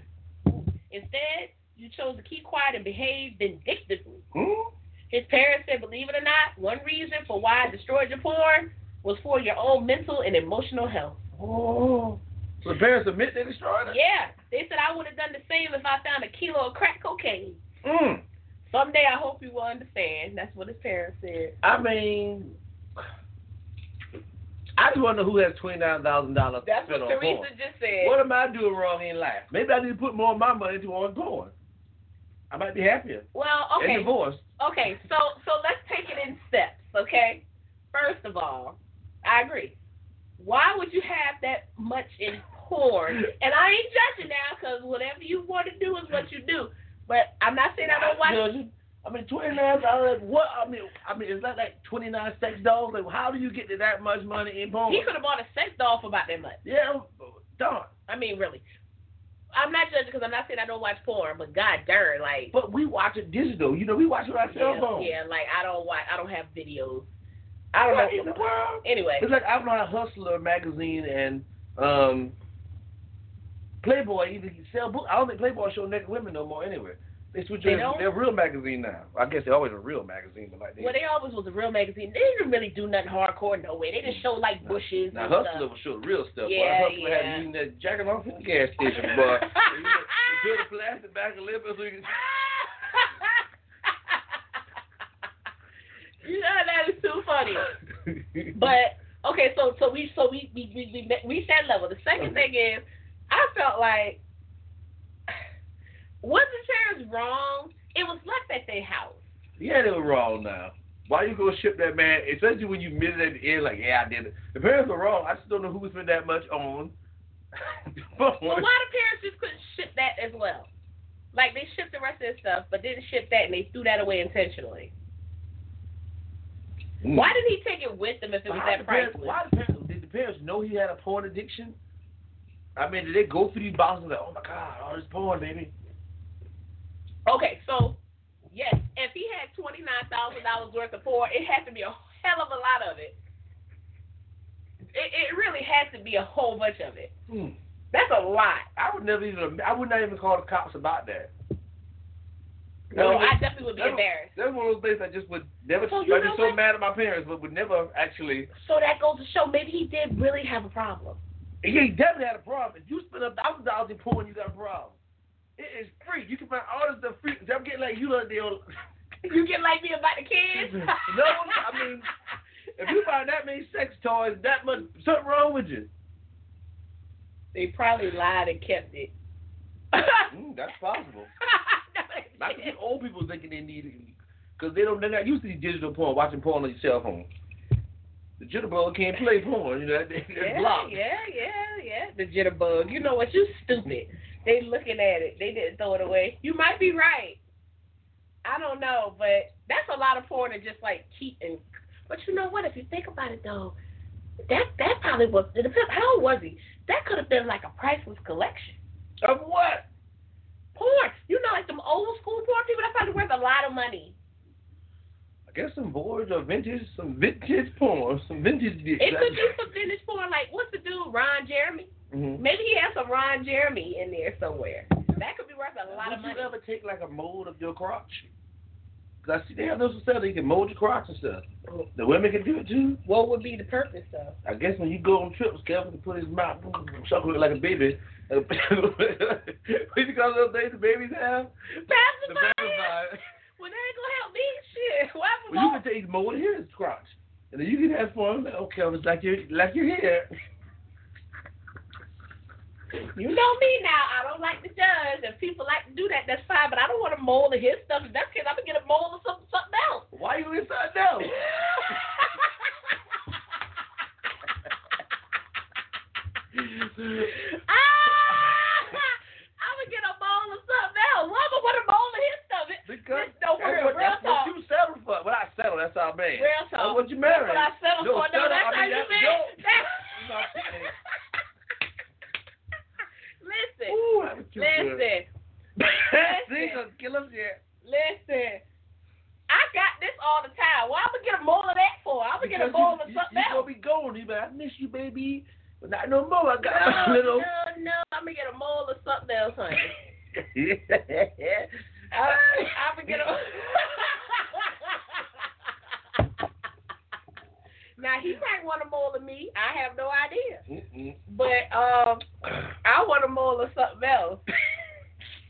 C: Instead, you chose to keep quiet and behave vindictively.
A: Hmm?
C: His parents said, believe it or not, one reason for why I destroyed your porn was for your own mental and emotional health.
A: Oh. So the parents admit they destroyed it?
C: Yeah. They said I would have done the same if I found a kilo of crack cocaine.
A: Mm.
C: Someday I hope you will understand. That's what his parents said.
A: I mean, I just wonder who has $29,000
C: That's
A: spent
C: what
A: on porn.
C: Teresa just said.
A: What am I doing wrong in life? Maybe I need to put more of my money into ongoing. I might be happier.
C: well, okay.
A: And divorced.
C: Okay, so so let's take it in steps, okay? First of all, I agree. Why would you have that much in porn? And I ain't judging now because whatever you want to do is what you do. But I'm not saying I don't watch.
A: Judging. I mean, twenty nine dollars. What? I mean, I mean, is that like twenty nine sex dolls? Like, how do you get to that much money in porn?
C: He could have bought a sex doll for about that much.
A: Yeah, darn.
C: I mean, really. I'm not judging because I'm not saying I don't watch porn, but god darn, like.
A: But we watch it digital. You know, we watch it on our cell
C: yeah,
A: phone.
C: yeah, like I don't watch. I don't have videos. I don't
A: What in
C: know.
A: the world?
C: Anyway,
A: It's like I don't know how Hustler magazine and um Playboy even sell books. I don't think Playboy show naked women no more anyway. They switch
C: They
A: it-
C: don't?
A: they're a real magazine now. I guess they always a real magazine, but like they,
C: well, they always was a real magazine. They didn't really do nothing hardcore no way. They just showed like bushes
A: now
C: and
A: Hustler
C: stuff.
A: was showing real stuff. boy.
C: Yeah,
A: Hustler
C: yeah.
A: had you in that jacket off in the gas station, boy. you put the plastic back and lip so you can
C: you know that is too funny. But okay, so so we so we we we, we met- reached that level. The second thing is, I felt like was the parents wrong? It was left at their house.
A: Yeah, they were wrong now. Why you gonna ship that man? Especially when you admit it at the end, like, yeah, I did it. The parents were wrong. I just don't know who spent that much on. but
C: Well, why the parents just couldn't ship that as well? Like they shipped the rest of their stuff, but didn't ship that, and they threw that away intentionally. Why did he take it with them if it
A: Mm.
C: was
A: Why
C: that
A: the parents,
C: priceless?
A: why the parents, did the parents know he had a porn addiction? I mean, did they go through these boxes like, oh my god, all this porn, baby?
C: Okay, so yes, if he had twenty nine thousand dollars worth of porn, it had to be a hell of a lot of it. It it really had to be a whole bunch of it.
A: Hmm.
C: That's a lot.
A: I would never even, I would not even call the cops about that.
C: No,
A: That was-
C: I definitely would be
A: that was-
C: embarrassed.
A: That's one of those things I just would never.
C: So
A: I'd
C: you
A: be
C: know
A: so
C: what?
A: mad at my parents, but would never actually.
C: So that goes to show maybe he did really have a problem.
A: Yeah, you definitely had a problem. If you spend a thousand dollars in porn, you got a problem. It is free. You can find all this stuff free. I'm getting like you like they on.
C: You get like me about the kids?
A: No, I mean, If you find that many sex toys, that much something wrong with you.
C: they probably lied and kept it.
A: Mm, that's possible.
C: No, they
A: I can
C: didn't.
A: see old people thinking they need it because they don't. They're not used to the digital porn. Watching porn on your cell phone. The jitterbug can't play porn. You know that they, they're
C: yeah,
A: blocked.
C: yeah, yeah, yeah. The jitterbug. You know what? You stupid. They looking at it. They didn't throw it away. You might be right. I don't know, but that's a lot of porn to just like keep and. But you know what? If you think about it though, that that probably was. It depends. How old was he? That could have been like a priceless collection.
A: Of what?
C: Porn. You know, like them old school porn people. That's probably worth a lot of money.
A: I guess some boards or vintage, some vintage porn, some vintage.
C: It could be some vintage porn. Like what's the dude? Ron Jeremy.
A: Mhm.
C: Maybe he has some Ron Jeremy in there somewhere. That could be worth a lot
A: Would
C: of money.
A: you ever take like a mold of your crotch? Cause I see they have those stuff that you can mold your crotch and stuff. The women can do it too.
C: What would be the purpose though?
A: I guess when you go on trips, Kevin can put his mouth suck it like a baby. what you call those things the babies have? The
C: Pacifier.
A: pacifier.
C: Well, that ain't gonna help me. Shit. Why would
A: Well, you can take mold here his crotch, and then you can have fun. Like, oh, Kevin's like your like your hair.
C: you know me now. I don't like to judge. If people like to do that, that's fine. But I don't want to mold of his stuff. If that's the case, I'm gonna get a mold of something, something else.
A: Why you inside now?
C: I'm gonna get a mold of something else. Why would I want a mold of his stuff? It-
A: Because
C: This don't
A: that's
C: work.
A: what,
C: Real
A: that's what
C: talk.
A: you settle for. When I settle, that's our man.
C: Real talk.
A: That's what you married.
C: That's what I settled
A: No,
C: for. No,
A: settle,
C: that's
A: I mean,
C: how you
A: that-
C: been.
A: no.
C: That's-
A: You know what I'm saying?
C: Listen,
A: Ooh, that was too good.
C: listen,
A: See,
C: listen.
A: gonna kill us yet.
C: listen. I got this all the time. Why am I get a bowl of that for? I'm gonna get a
A: Because
C: bowl of
A: you,
C: something
A: you, you
C: else.
A: gonna be going. You be like, I miss you, baby. But not no more. I
C: No,
A: got a little.
C: no, no. I'm gonna get a bowl of something else, honey.
A: I,
C: I'm gonna get a. Now he might want a mole of me. I have no idea.
A: Mm-mm.
C: But um, I want a mole of something else.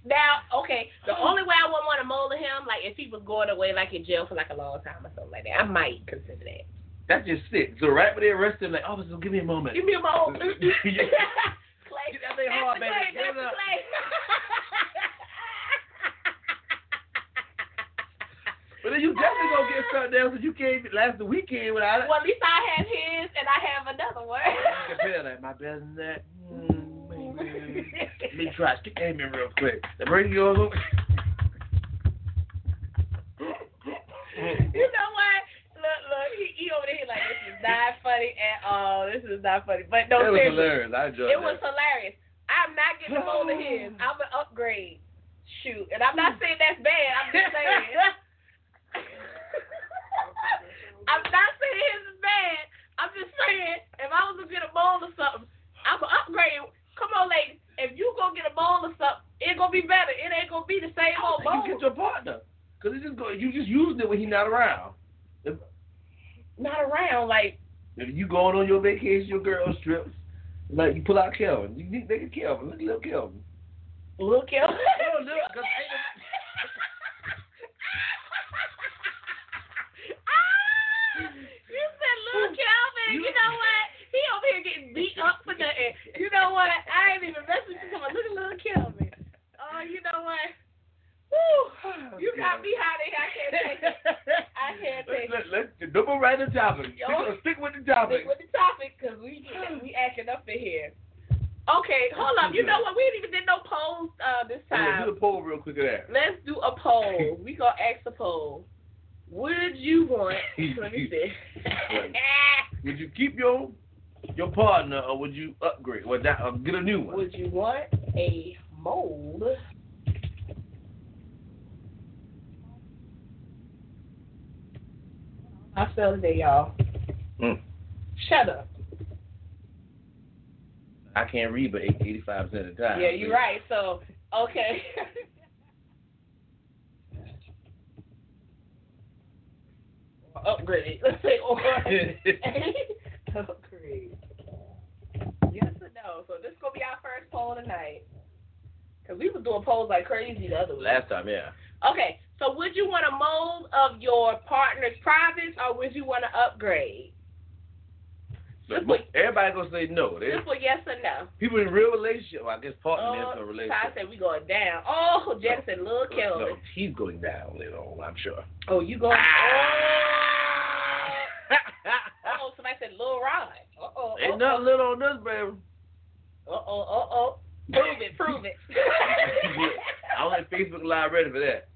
C: now, okay, the only way I would want a mole of him, like if he was going away, like in jail for like a long time or something like that, I might consider that.
A: That's just sick. So right when they arrest him, like, officer, give me a moment.
C: Give me a mole. Clay,
A: Yeah. Get that
C: that's
A: thing hard,
C: the
A: man.
C: Clay,
A: Get it
C: that's the
A: up.
C: Clay.
A: But then you definitely gonna get something else if you came last the weekend without it.
C: Well, at least I have his, and I have another one.
A: Compare that, my better than that. Mm, maybe. Let me try. Stick that in me real quick. Now bring yours over.
C: you know what? Look, look, he, he over there like this is not funny at all. This is not funny. But no,
A: that was
C: seriously,
A: hilarious. I enjoyed
C: it was hilarious. I'm not getting a hold
A: Oh.
C: of his. I'm an upgrade. Shoot, and I'm not saying that's bad. I'm just saying. I'm not saying his is bad. I'm just saying if I was to get a bowl or something, I'm an upgrade. Come on, ladies. If you gonna get a bowl or something, it gonna be better. It ain't gonna be the same
A: I
C: old
A: don't think
C: bowl.
A: you get your partner because just go. You just using it when he's not around.
C: not around. Like
A: If you going on your vacation, your girl trips, like you pull out Kelvin, you think they can Kelvin. Look at little Kelvin.
C: look him.
A: No, no, 'cause ain't
C: Ah! You said Lil Kelvin. You know what? He over here getting beat up for nothing. You know what? I ain't even messing with someone. Look at Lil Kelvin. Oh, you know what? Woo! You got me hot in here. I can't take it. I can't take it.
A: Let's, let's, let's double right the topic.
C: Yo.
A: Stick, stick with the topic.
C: Stick with the topic because we we acting up in here. Okay, hold up. You know what? We didn't even did no polls uh, this
A: Yeah,
C: time.
A: do the poll real quick of that.
C: Let's do a poll. We gonna ask a poll. Would you want? Let me see.
A: Would you keep your your partner or would you upgrade or, not, or get a new one?
C: Would you want a mold? I fell today, y'all.
A: Mm.
C: Shut up.
A: I can't read, but eighty five percent of the time.
C: Yeah, you're right. So, okay. Upgrade. Oh, Let's say or upgrade. Yes or no? So this gonna be our first poll tonight. Cause we was doing polls like crazy the other week.
A: Last time, yeah.
C: Okay. So would you want a mold of your partner's privates, or would you want to upgrade? This
A: But
C: was,
A: everybody gonna say no. They,
C: this was yes or no.
A: people in real relationship, well, I guess partner
C: Oh,
A: is a
C: Ty
A: relationship.
C: said we going down. Oh, Jackson, little Kelvin.
A: No, he's going down later on, I'm sure.
C: Oh, you going? Oh,
A: Ah.
C: oh somebody said Lil Ron. Uh oh.
A: Ain't nothing little on this, baby.
C: Uh oh. Uh oh. Prove it. Prove it.
A: I don't have Facebook Live ready for that.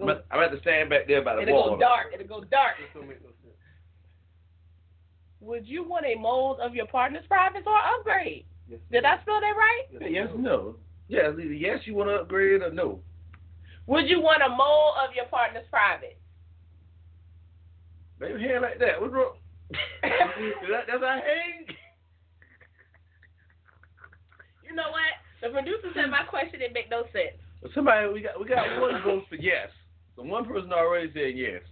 A: I'm at- I'm at the stand back there by the
C: It'll
A: wall.
C: go dark. It'll go dark.
A: This don't make no sense.
C: Would you want a mold of your partner's privates or upgrade?
A: Yes.
C: Did I spell that right?
A: Yeah, Yes, no. Yeah, it's either yes, you want to upgrade or no.
C: Would you want a mold of your partner's privates?
A: Baby, hang like that. What's wrong? that, that's how I hang.
C: You know what? The producer said my question didn't make no sense.
A: But somebody, we got we got one vote for yes. So one person already said yes.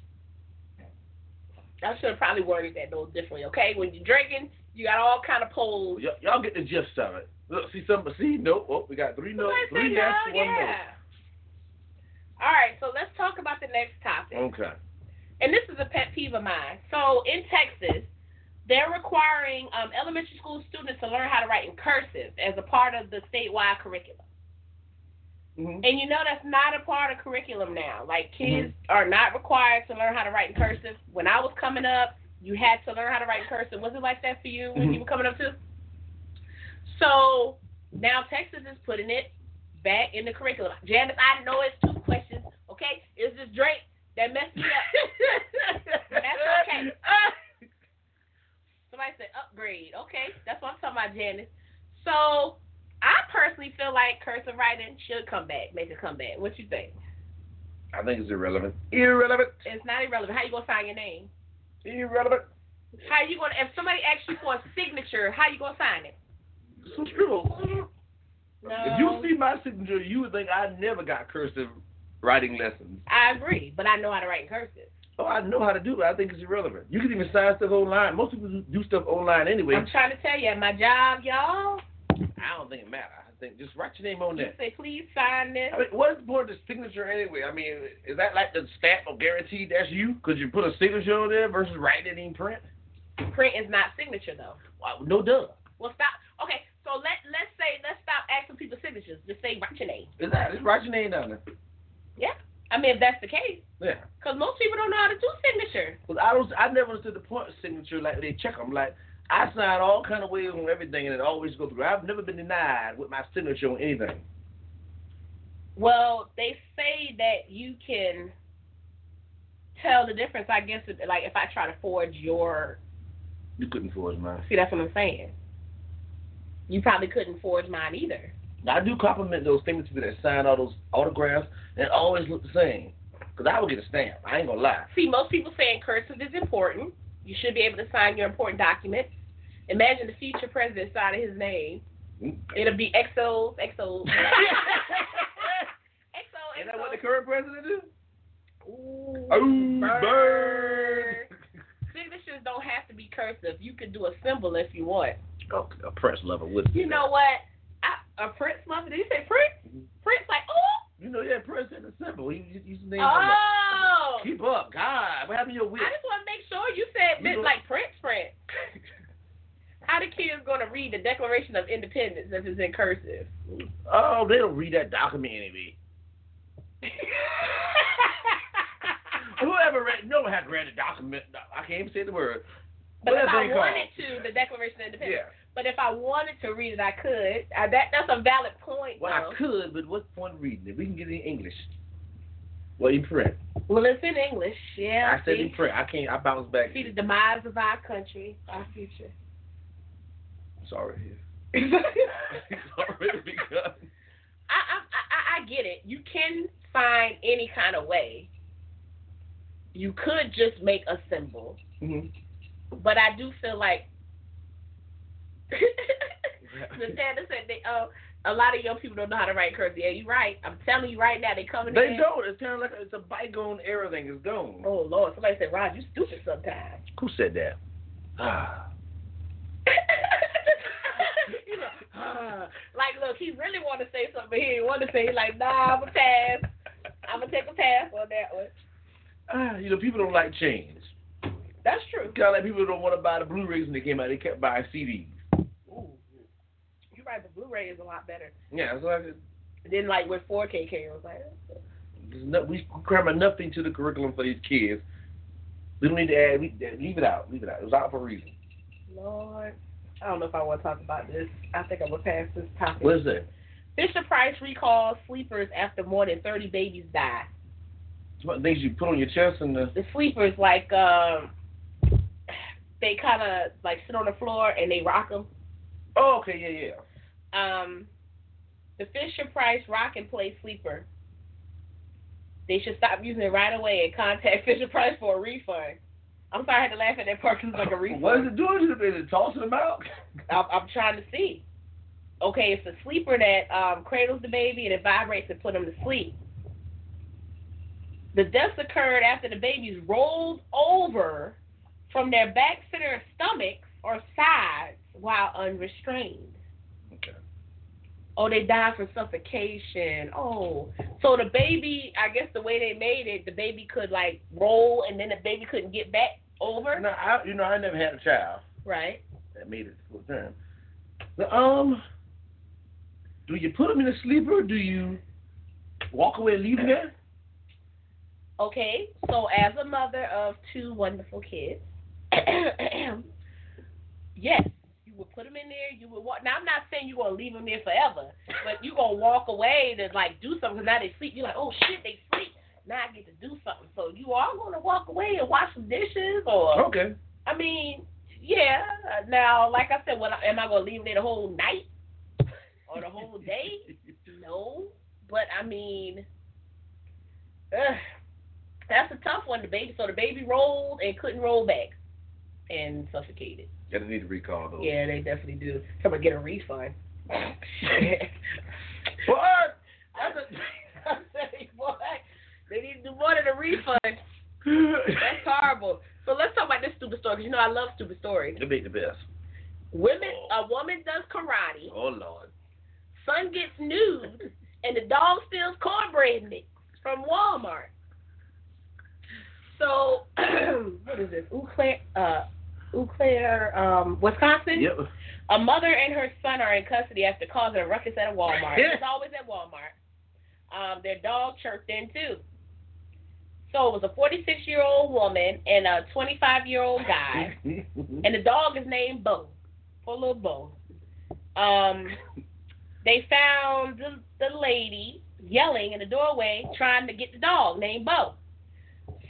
C: I should have probably worded that a little differently, okay? When you're drinking, you got all kind of polls.
A: Y- y'all get the gist of it. Look, see some, see no. Oh, we got three no,
C: Somebody
A: three
C: said
A: yes,
C: no,
A: one
C: yeah. All right, so let's talk about the next topic.
A: no. Okay.
C: And this is a pet peeve of mine. So in Texas, they're requiring um, elementary school students to learn how to write in cursive as a part of the statewide curriculum.
A: hmm
C: And you know that's not a part of curriculum now. Like kids are not required to learn how to write in cursive. When I was coming up, you had to learn how to write in cursive. Was it like that for you when you
A: Mhm.
C: were coming up too? So now Texas is putting it back in the curriculum. Janice, I know it's two questions. Okay, it's this drink that messed me up. that's okay. Somebody said upgrade. Okay, that's what I'm talking about, Janice. So I personally feel like cursive writing should come back, make a comeback. What you think?
A: I think it's irrelevant. Irrelevant.
C: It's not irrelevant. How you gonna sign your name?
A: Irrelevant.
C: How you gonna if somebody asks you for a signature, how you gonna sign it?
A: If you see my signature, you would think I never got cursive writing lessons.
C: I agree, but I know how to write in cursive.
A: Oh, I know how to do it. I think it's irrelevant. You can even sign stuff online. Most people do- do stuff online anyway.
C: I'm trying to tell you, at my job, y'all,
A: I don't think it matters. I think just write your name on
C: you
A: there.
C: say, please sign this.
A: I mean, what is the point of the signature anyway? I mean, is that like the stamp or guaranteed that's you? Could you put a signature on there versus writing it in print?
C: Print is not signature, though.
A: Wow, no duh.
C: Well, stop. Okay, so let, let's say, let's stop asking people signatures. Just say, write your name.
A: Is that just write your name down there?
C: I mean, if that's the case.
A: Yeah.
C: Because most people don't know how to do signature.
A: Cause I don't, I never understood the point of signature. Like they check them. Like I sign all kind of ways on everything, and it always goes through. I've never been denied with my signature on anything.
C: Well, they say that you can tell the difference, I guess, if- like if I try to forge your.
A: You couldn't forge mine.
C: See, that's what I'm saying. You probably couldn't forge mine either.
A: I do compliment those famous people that sign all those autographs and always look the same. Cause I would get a stamp. I ain't gonna lie.
C: See, most people saying cursive is important. You should be able to sign your important documents. Imagine the future president signing his name.
A: Mm.
C: It'll be XOs, XOs. XO,
A: Is that what the
C: XO.
A: current president do?
C: Ooh,
A: Oh,
C: burn.
A: burn.
C: Signatures don't have to be cursive. You could do a symbol if you want.
A: Oh, a press level would.
C: You know what? I, a Prince lover. Did you say
A: Mm-hmm.
C: Prince? Prince like, oh,
A: You know, yeah, press and the symbol. He, he, he's named.
C: oh.
A: Keep up, God. What happened to your wit?
C: I just want to make sure you said
A: You
C: this
A: know-
C: like Prince Prince. How the kids gonna read the Declaration of Independence if it's in cursive?
A: Oh, they don't read that document anyway. Whoever read, no one has read the document. I can't even say the word.
C: but
A: What
C: if
A: that
C: I
A: thing called?
C: wanted to, the Declaration of
A: Yeah.
C: Independence. But if I wanted to read it, I could. I, that that's a valid point.
A: Well,
C: though.
A: I could, but what's the point of reading it? We can get it in English. Well, in print.
C: Well, it's in English. Yeah.
A: I said in
C: see?
A: print. I can't. I bounce back.
C: see the demise of our country, our future.
A: Sorry. Sorry,
C: I,
A: because
C: I I I get it. You can find any kind of way. You could just make a symbol,
A: Mhm.
C: but I do feel like Nathana said they uh, a lot of young people don't know how to write cursive. Yeah, you're right. I'm telling you right now, they coming in.
A: they don't. It's kind of like a, it's a bygone era thing. It's gone.
C: Oh Lord, somebody said, Rod, you stupid sometimes.
A: Who said that? Ah.
C: you know, uh, like look, he really want to say something, but he didn't want to say. He like, nah, I'm a pass. I'm gonna take a pass on that one.
A: Ah, you know, people don't like change.
C: That's true.
A: Kind of like people don't want to buy the Blu-rays when they came out. They kept buying CDs.
C: Ooh. You're right, the Blu-ray is a lot better.
A: Yeah, so I said,
C: And then like when 4K came, I was like,
A: There's no, we cram enough into the curriculum for these kids. We don't need to add. We, leave it out. Leave it out. It was out for a reason.
C: Lord, I don't know if I want to talk about this. I think I'm gonna pass this topic.
A: What is that?
C: Fisher Price recalls sleepers after more than 30 babies die.
A: It's about things you put on your chest and the.
C: The sleepers like um, they kind of like sit on the floor and they rock them.
A: Oh, okay, yeah, yeah.
C: um, the Fisher Price Rock and Play Sleeper. They should stop using it right away and contact Fisher Price for a refund. I'm sorry I had to laugh at that part 'cause it's like a refund.
A: What is it doing to them? Is it tossing them out?
C: I'm, I'm trying to see. Okay, it's a sleeper that um, cradles the baby and it vibrates and put him to sleep. The deaths occurred after the babies rolled over from their backs to their stomachs or sides while unrestrained.
A: Okay.
C: Oh, they died from suffocation. Oh, so the baby, I guess the way they made it, the baby could like roll and then the baby couldn't get back over.
A: No, I, you know, I never had a child
C: Right.
A: that made it full term. The, um, do you put them in a sleeper? Do you walk away and leave them there?
C: Okay, so as a mother of two wonderful kids, yes, you would put them in there. You would walk. Now I'm not saying you're gonna leave them there forever, but you gonna walk away to like do something. 'cause now they sleep. You're like, oh shit, they sleep. Now I get to do something. So you are gonna walk away and wash some dishes, or
A: Uh, Okay.
C: I mean, yeah. uh, Now, like I said, what am I gonna leave them there the whole night or the whole day? No, but I mean, ugh, that's a tough one. The baby, so the baby rolled and couldn't roll back, and suffocated.
A: Yeah, they need to recall those.
C: Yeah, they definitely do. Someone get a refund.
A: What?
C: I'm saying, boy, they need to do more than a refund. That's horrible. So let's talk about this stupid story 'cause you know I love stupid stories.
A: It'd be the best.
C: Women, a woman does karate.
A: Oh Lord.
C: Son gets nude, and the dog steals cornbread mix from Walmart. So what is this? Eau Claire, uh, Eau Claire, um, Wisconsin.
A: Yep.
C: A mother and her son are in custody after causing a ruckus at a Walmart. it's always at Walmart. Um, their dog chirped in too. So it was a 46 year old woman and a 25 year old guy, and the dog is named Bo. Poor little Bo. Um, they found the, the lady yelling in the doorway trying to get the dog named Bo.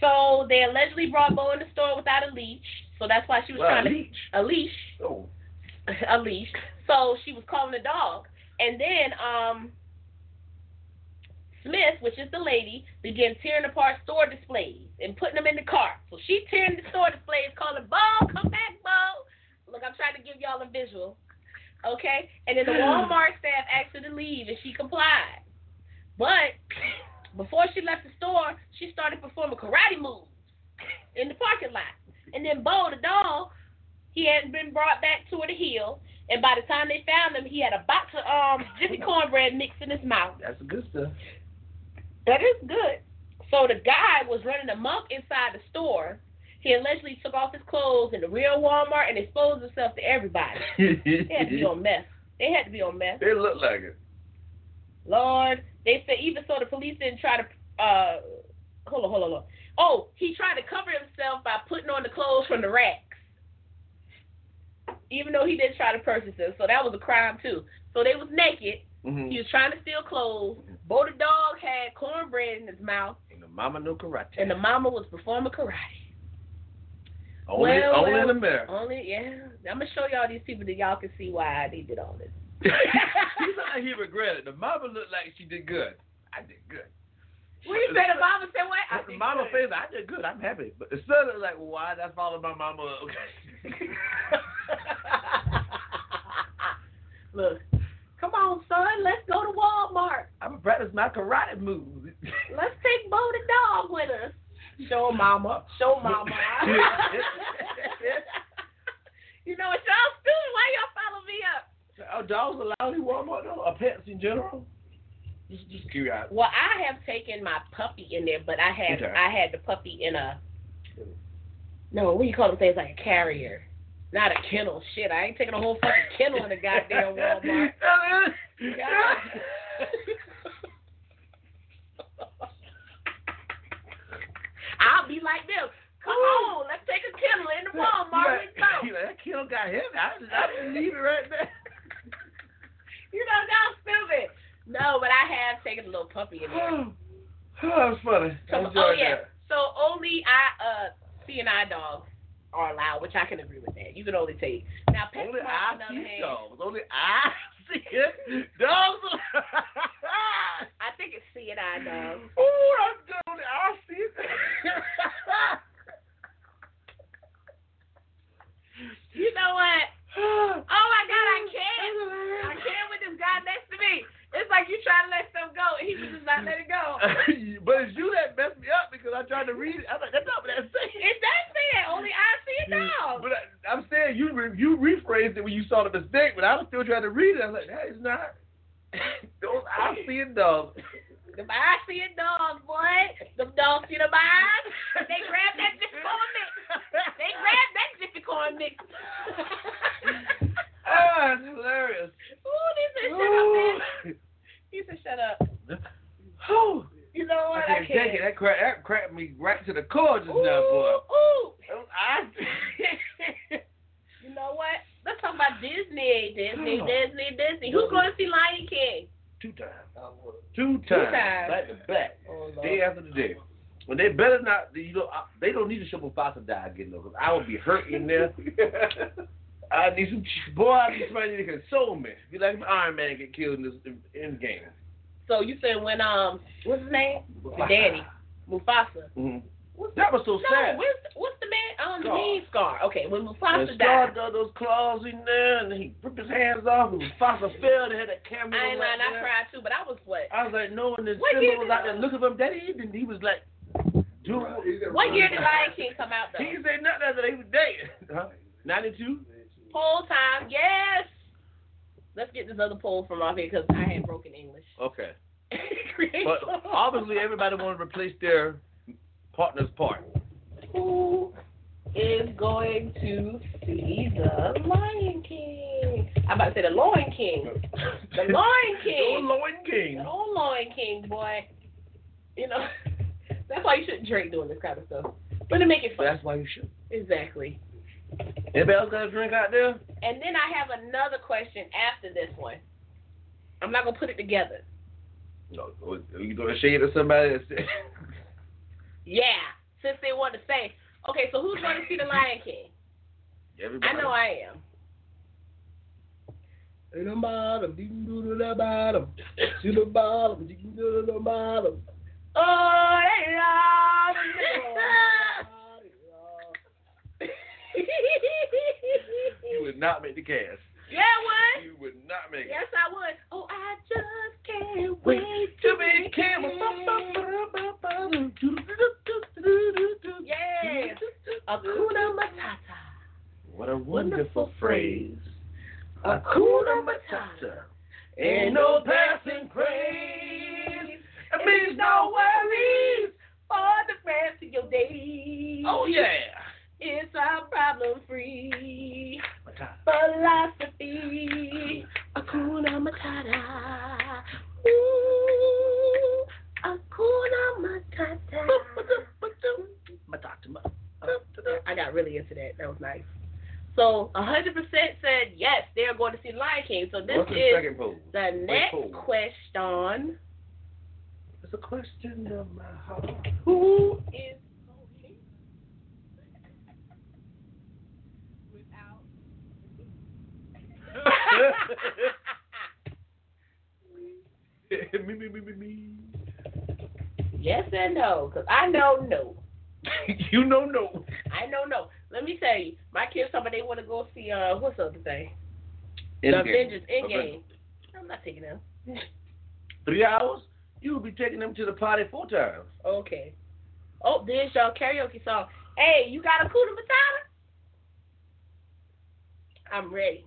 C: So they allegedly brought Bo in the store without a leash. So that's why she was
A: Well,
C: trying
A: leech.
C: to a leash
A: Oh.
C: a leash. So she was calling the dog. And then um Smith, which is the lady, began tearing apart store displays and putting them in the cart. So she tearing the store displays, calling Bo, come back, Bo. Look, I'm trying to give y'all a visual. Okay? And then the Walmart staff asked her to leave and she complied. But before she left the store, she started performing karate moves in the parking lot. And then Bo, the dog, he hadn't been brought back to the hill, and by the time they found him, he had a box of um jiffy cornbread mixed in his mouth.
A: That's good stuff.
C: That is good. So the guy was running amok inside the store. He allegedly took off his clothes in the real Walmart and exposed himself to everybody. They had to be on meth. They had to be on meth.
A: They look like it.
C: Lord, they said even so, the police didn't try to. uh Hold on, hold on, hold on. Oh, he tried to cover himself by putting on the clothes from the racks, even though he did try to purchase them. So that was a crime too. So they was naked.
A: Mm-hmm.
C: He was trying to steal clothes. Both the dog had cornbread in his mouth,
A: And the mama no karate.
C: and the mama was performing karate.
A: only
C: Well,
A: only
C: well. uh,
A: in America.
C: Only, yeah. I'm gonna show y'all these people that y'all can see why they did all this.
A: he looked like he regretted. The mama looked like she did good. I did good.
C: What you say? The mama said what? I
A: the
C: think
A: mama
C: so.
A: says I did good. I'm happy. But the son is like, why? That's following my mama. up. Okay.
C: Look, come on, son. Let's go to Walmart.
A: I'm gonna practice my karate moves.
C: Let's take Bo the dog with us. Show mama. Show mama. you know, it's y'all stupid. Why y'all follow me up?
A: Are oh, dogs allowed in Walmart though? Or pets in general? Just, just curious.
C: Well, I have taken my puppy in there, but I had
A: Okay.
C: I had the puppy in a no, what do you call them things like a carrier, not a kennel. Shit, I ain't taking a whole fucking kennel in a goddamn Walmart. I'll be like them. Come on, let's take a kennel in the Walmart.
A: Like,
C: Let's go.
A: you like, that kid got him. I just, I just leave it right there.
C: You know, y'all stupid. No, but I have taken a little puppy in there.
A: oh, that's funny. I
C: So,
A: enjoyed
C: oh yeah.
A: that.
C: So only I uh C and I dogs are allowed, which I can agree with that. You can only take now pet
A: Only
C: dogs
A: I
C: on the other
A: see
C: hand.
A: dogs. Only I see it. Dogs. are-
C: I think it's C and I dogs.
A: Ooh, that's good. Only I see it.
C: You know what? Oh my God, I can't. I can't with this guy next to me. It's like you try to let stuff go, and he was just not let it go.
A: but it's you that messed me up because I tried to read it. I'm like, that's not what that's saying.
C: It does say that. Only I see a dog.
A: But I, I'm saying you re, you rephrased it when you saw the mistake, but I was still trying to read it. I was like, that is not. Those I see it dogs.
C: Them eyes see a dog, boy. Them dogs see them eyes. They grab that jiffy corn mix. They grab that jiffy corn mix.
A: Ah, it's hilarious.
C: Ooh, they said shut up, man.
A: Ooh.
C: He said shut up.
A: Ooh.
C: You know
A: I
C: what?
A: can't take it. That crack, that cracked me right to the core just
C: Ooh,
A: now, boy.
C: ooh.
A: Those I
C: You know what? Let's talk about Disney, Disney,
A: Oh.
C: Disney, Disney. Who's going to see Lion King?
A: two times. Two times.
C: times.
A: Back to back.
C: Oh,
A: Day after the day. Well, they better not. You know, I- they don't need to show Mufasa die again though, 'cause I would be hurting in there. I need some boy. I need somebody to console me. Be like if Iron Man get killed in this end game.
C: So you said when um, what's his name? The daddy, Mufasa.
A: Mhm.
C: What's
A: That was so
C: no,
A: sad.
C: what's what's the man? Um, the
A: Scar.
C: mean scar. Okay, when
A: And
C: Mufasa
A: Scar
C: died.
A: dug those claws in there, and he ripped his hands off, and Mufasa fell. They had that camera.
C: I ain't
A: right
C: lying, I
A: there.
C: cried too, but I was what?
A: I was like, no, and the
C: What
A: Simba
C: did-
A: was out there looking for him. Daddy, and he was like, Do
C: What year did Lion King come out
A: He
C: though?
A: didn't say nothing after they was dating. Huh? 92?
C: Poll time, yes. Let's get this other poll from off here because I had broken English.
A: Okay. But obviously, everybody want to replace their partner's part.
C: Who is going to see the Lion King? I'm about to say the Loin King. The Lion
A: Your
C: King.
A: Loin King.
C: The old Lion King, boy. You know, that's why you shouldn't drink doing this kind of stuff. But to make it fun.
A: That's why you should.
C: Exactly.
A: Anybody else got a drink out there?
C: And then I have another question after this one. I'm not going to put it together.
A: No. or- or You throw a shade at somebody that's
C: Yeah, since they want to say. Okay, so who's going to see the Lion King?
A: everybody.
C: I know I am.
A: To the bottom, you can go to the bottom. To the bottom, you can go to the bottom.
C: Oh, they love
A: oh.
C: me.
A: You would not make the cast.
C: yeah, I would.
A: You would not make
C: Yes, I would. Oh, I just can't
A: it.
C: wait to be
A: king.
C: Yes. Akuna Matata.
A: What a
C: Wonderful
A: wonderful phrase.
C: Hakuna Matata.
A: Ain't no passing craze. It means no worries.
C: For the rest of your days.
A: Oh, yeah.
C: It's our problem free.
A: Matata.
C: philosophy. Akuna Matata. Ooh, Akuna Matata.
A: Matata.
C: I got really into that. That was nice. So, 100% said yes, they are going to see Lion King. So, this
A: What's the
C: is
A: second poll?
C: the next
A: poll?
C: question.
A: It's a question of my heart.
C: Who is voting without
A: me, me, me, me, me.
C: yes and no, because I know no.
A: you know, no.
C: I know no. Let me tell you, my kids told me they want to go see uh what's the other thing? the Avengers Endgame. I'm not taking them.
A: Three hours? You'll be taking them to the party four times.
C: Okay. Oh, there's y'all karaoke song. Hey, you got a Kuna Matata? I'm ready.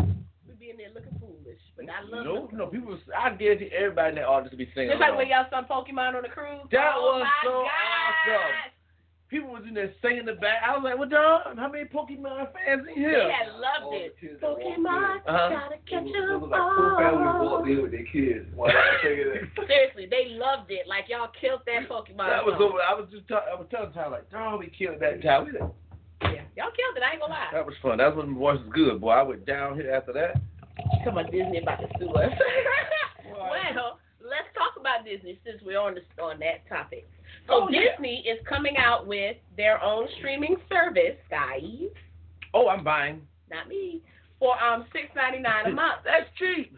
C: We be in there looking foolish, but I love
A: No,
C: looking
A: no,
C: foolish.
A: people. I guarantee everybody in that audience will be singing.
C: Just like
A: along.
C: when y'all saw Pokemon on the cruise.
A: That
C: oh
A: was
C: my
A: so
C: God.
A: awesome. people was in there singing the back. I was like, well, darn, how many Pokemon fans in here?
C: They had loved it. Pokemon,
A: Uh-huh.
C: gotta catch
D: It was, it was
C: 'em
D: like four families walked
C: all.
D: in with their kids. Why did I tell you that?
C: Seriously, they loved it. Like y'all killed that Pokemon.
A: That was
C: song.
A: over. I was just tell- I was telling Ty like, darn, we killed that time. We done-
C: Yeah, y'all killed it. I ain't gonna lie.
A: That was fun. That was when the voice was good, boy. I went down here after that.
C: Come on, Disney about to sue us.
A: Why?
C: well, let's talk about Disney since we're on the, on that topic. So
A: Oh, yeah.
C: Disney is coming out with their own streaming service, guys,
A: Oh, I'm buying.
C: not me, for um six ninety nine a month,
A: That's cheap.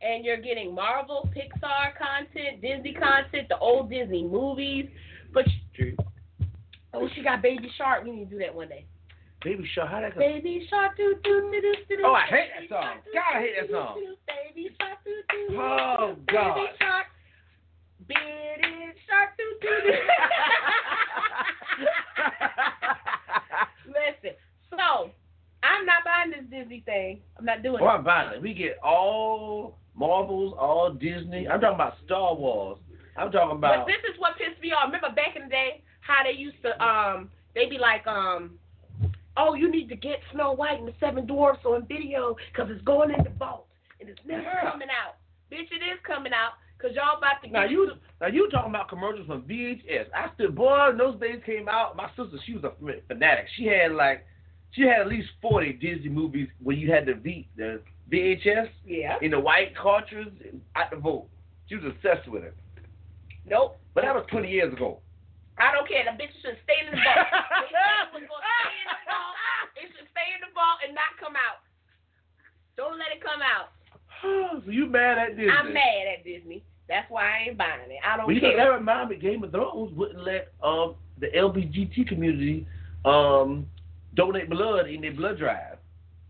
C: and you're getting Marvel, Pixar content, Disney content, the old Disney movies. But sh-
A: Cheap.
C: oh, she got Baby Shark. We need to do that one day.
A: Baby Shark, how that go?
C: Baby Shark, do do do do do.
A: Oh, I hate that song. God, I hate that song.
C: Baby Shark, do do.
A: Oh,
C: Baby
A: God.
C: Shark, baby Shark, do do Listen, so I'm not buying this Disney thing. I'm not doing
A: oh,
C: it.
A: I'm buying it. We get all Marvels, all Disney. I'm talking about Star Wars. I'm talking
C: But
A: about.
C: this is what pissed me off. Remember back in the day how they used to um they be like um oh you need to get Snow White and the Seven Dwarfs on video because it's going in the vault and it's never
A: Yeah.
C: coming out. Bitch, it is coming out because y'all about to
A: Now
C: get
A: you now you talking about commercials from VHS. I still boy, when those days came out. My sister, she was a f- fanatic. She had like she had at least forty Disney movies when you had the V the VHS
C: yeah
A: in the white cartridge out the vote. She was obsessed with it.
C: nope.
A: But that was twenty years ago.
C: I don't care. The bitches should stay in the vault. They said it was gonna stay in the vault. It should stay in the vault and not come out. Don't let it come out.
A: so you mad at Disney?
C: I'm mad at Disney. That's why I ain't buying it. I don't
A: Well, you know
C: care.
A: that reminded me Game of Thrones wouldn't let um the LBGT community um donate blood in their blood drive.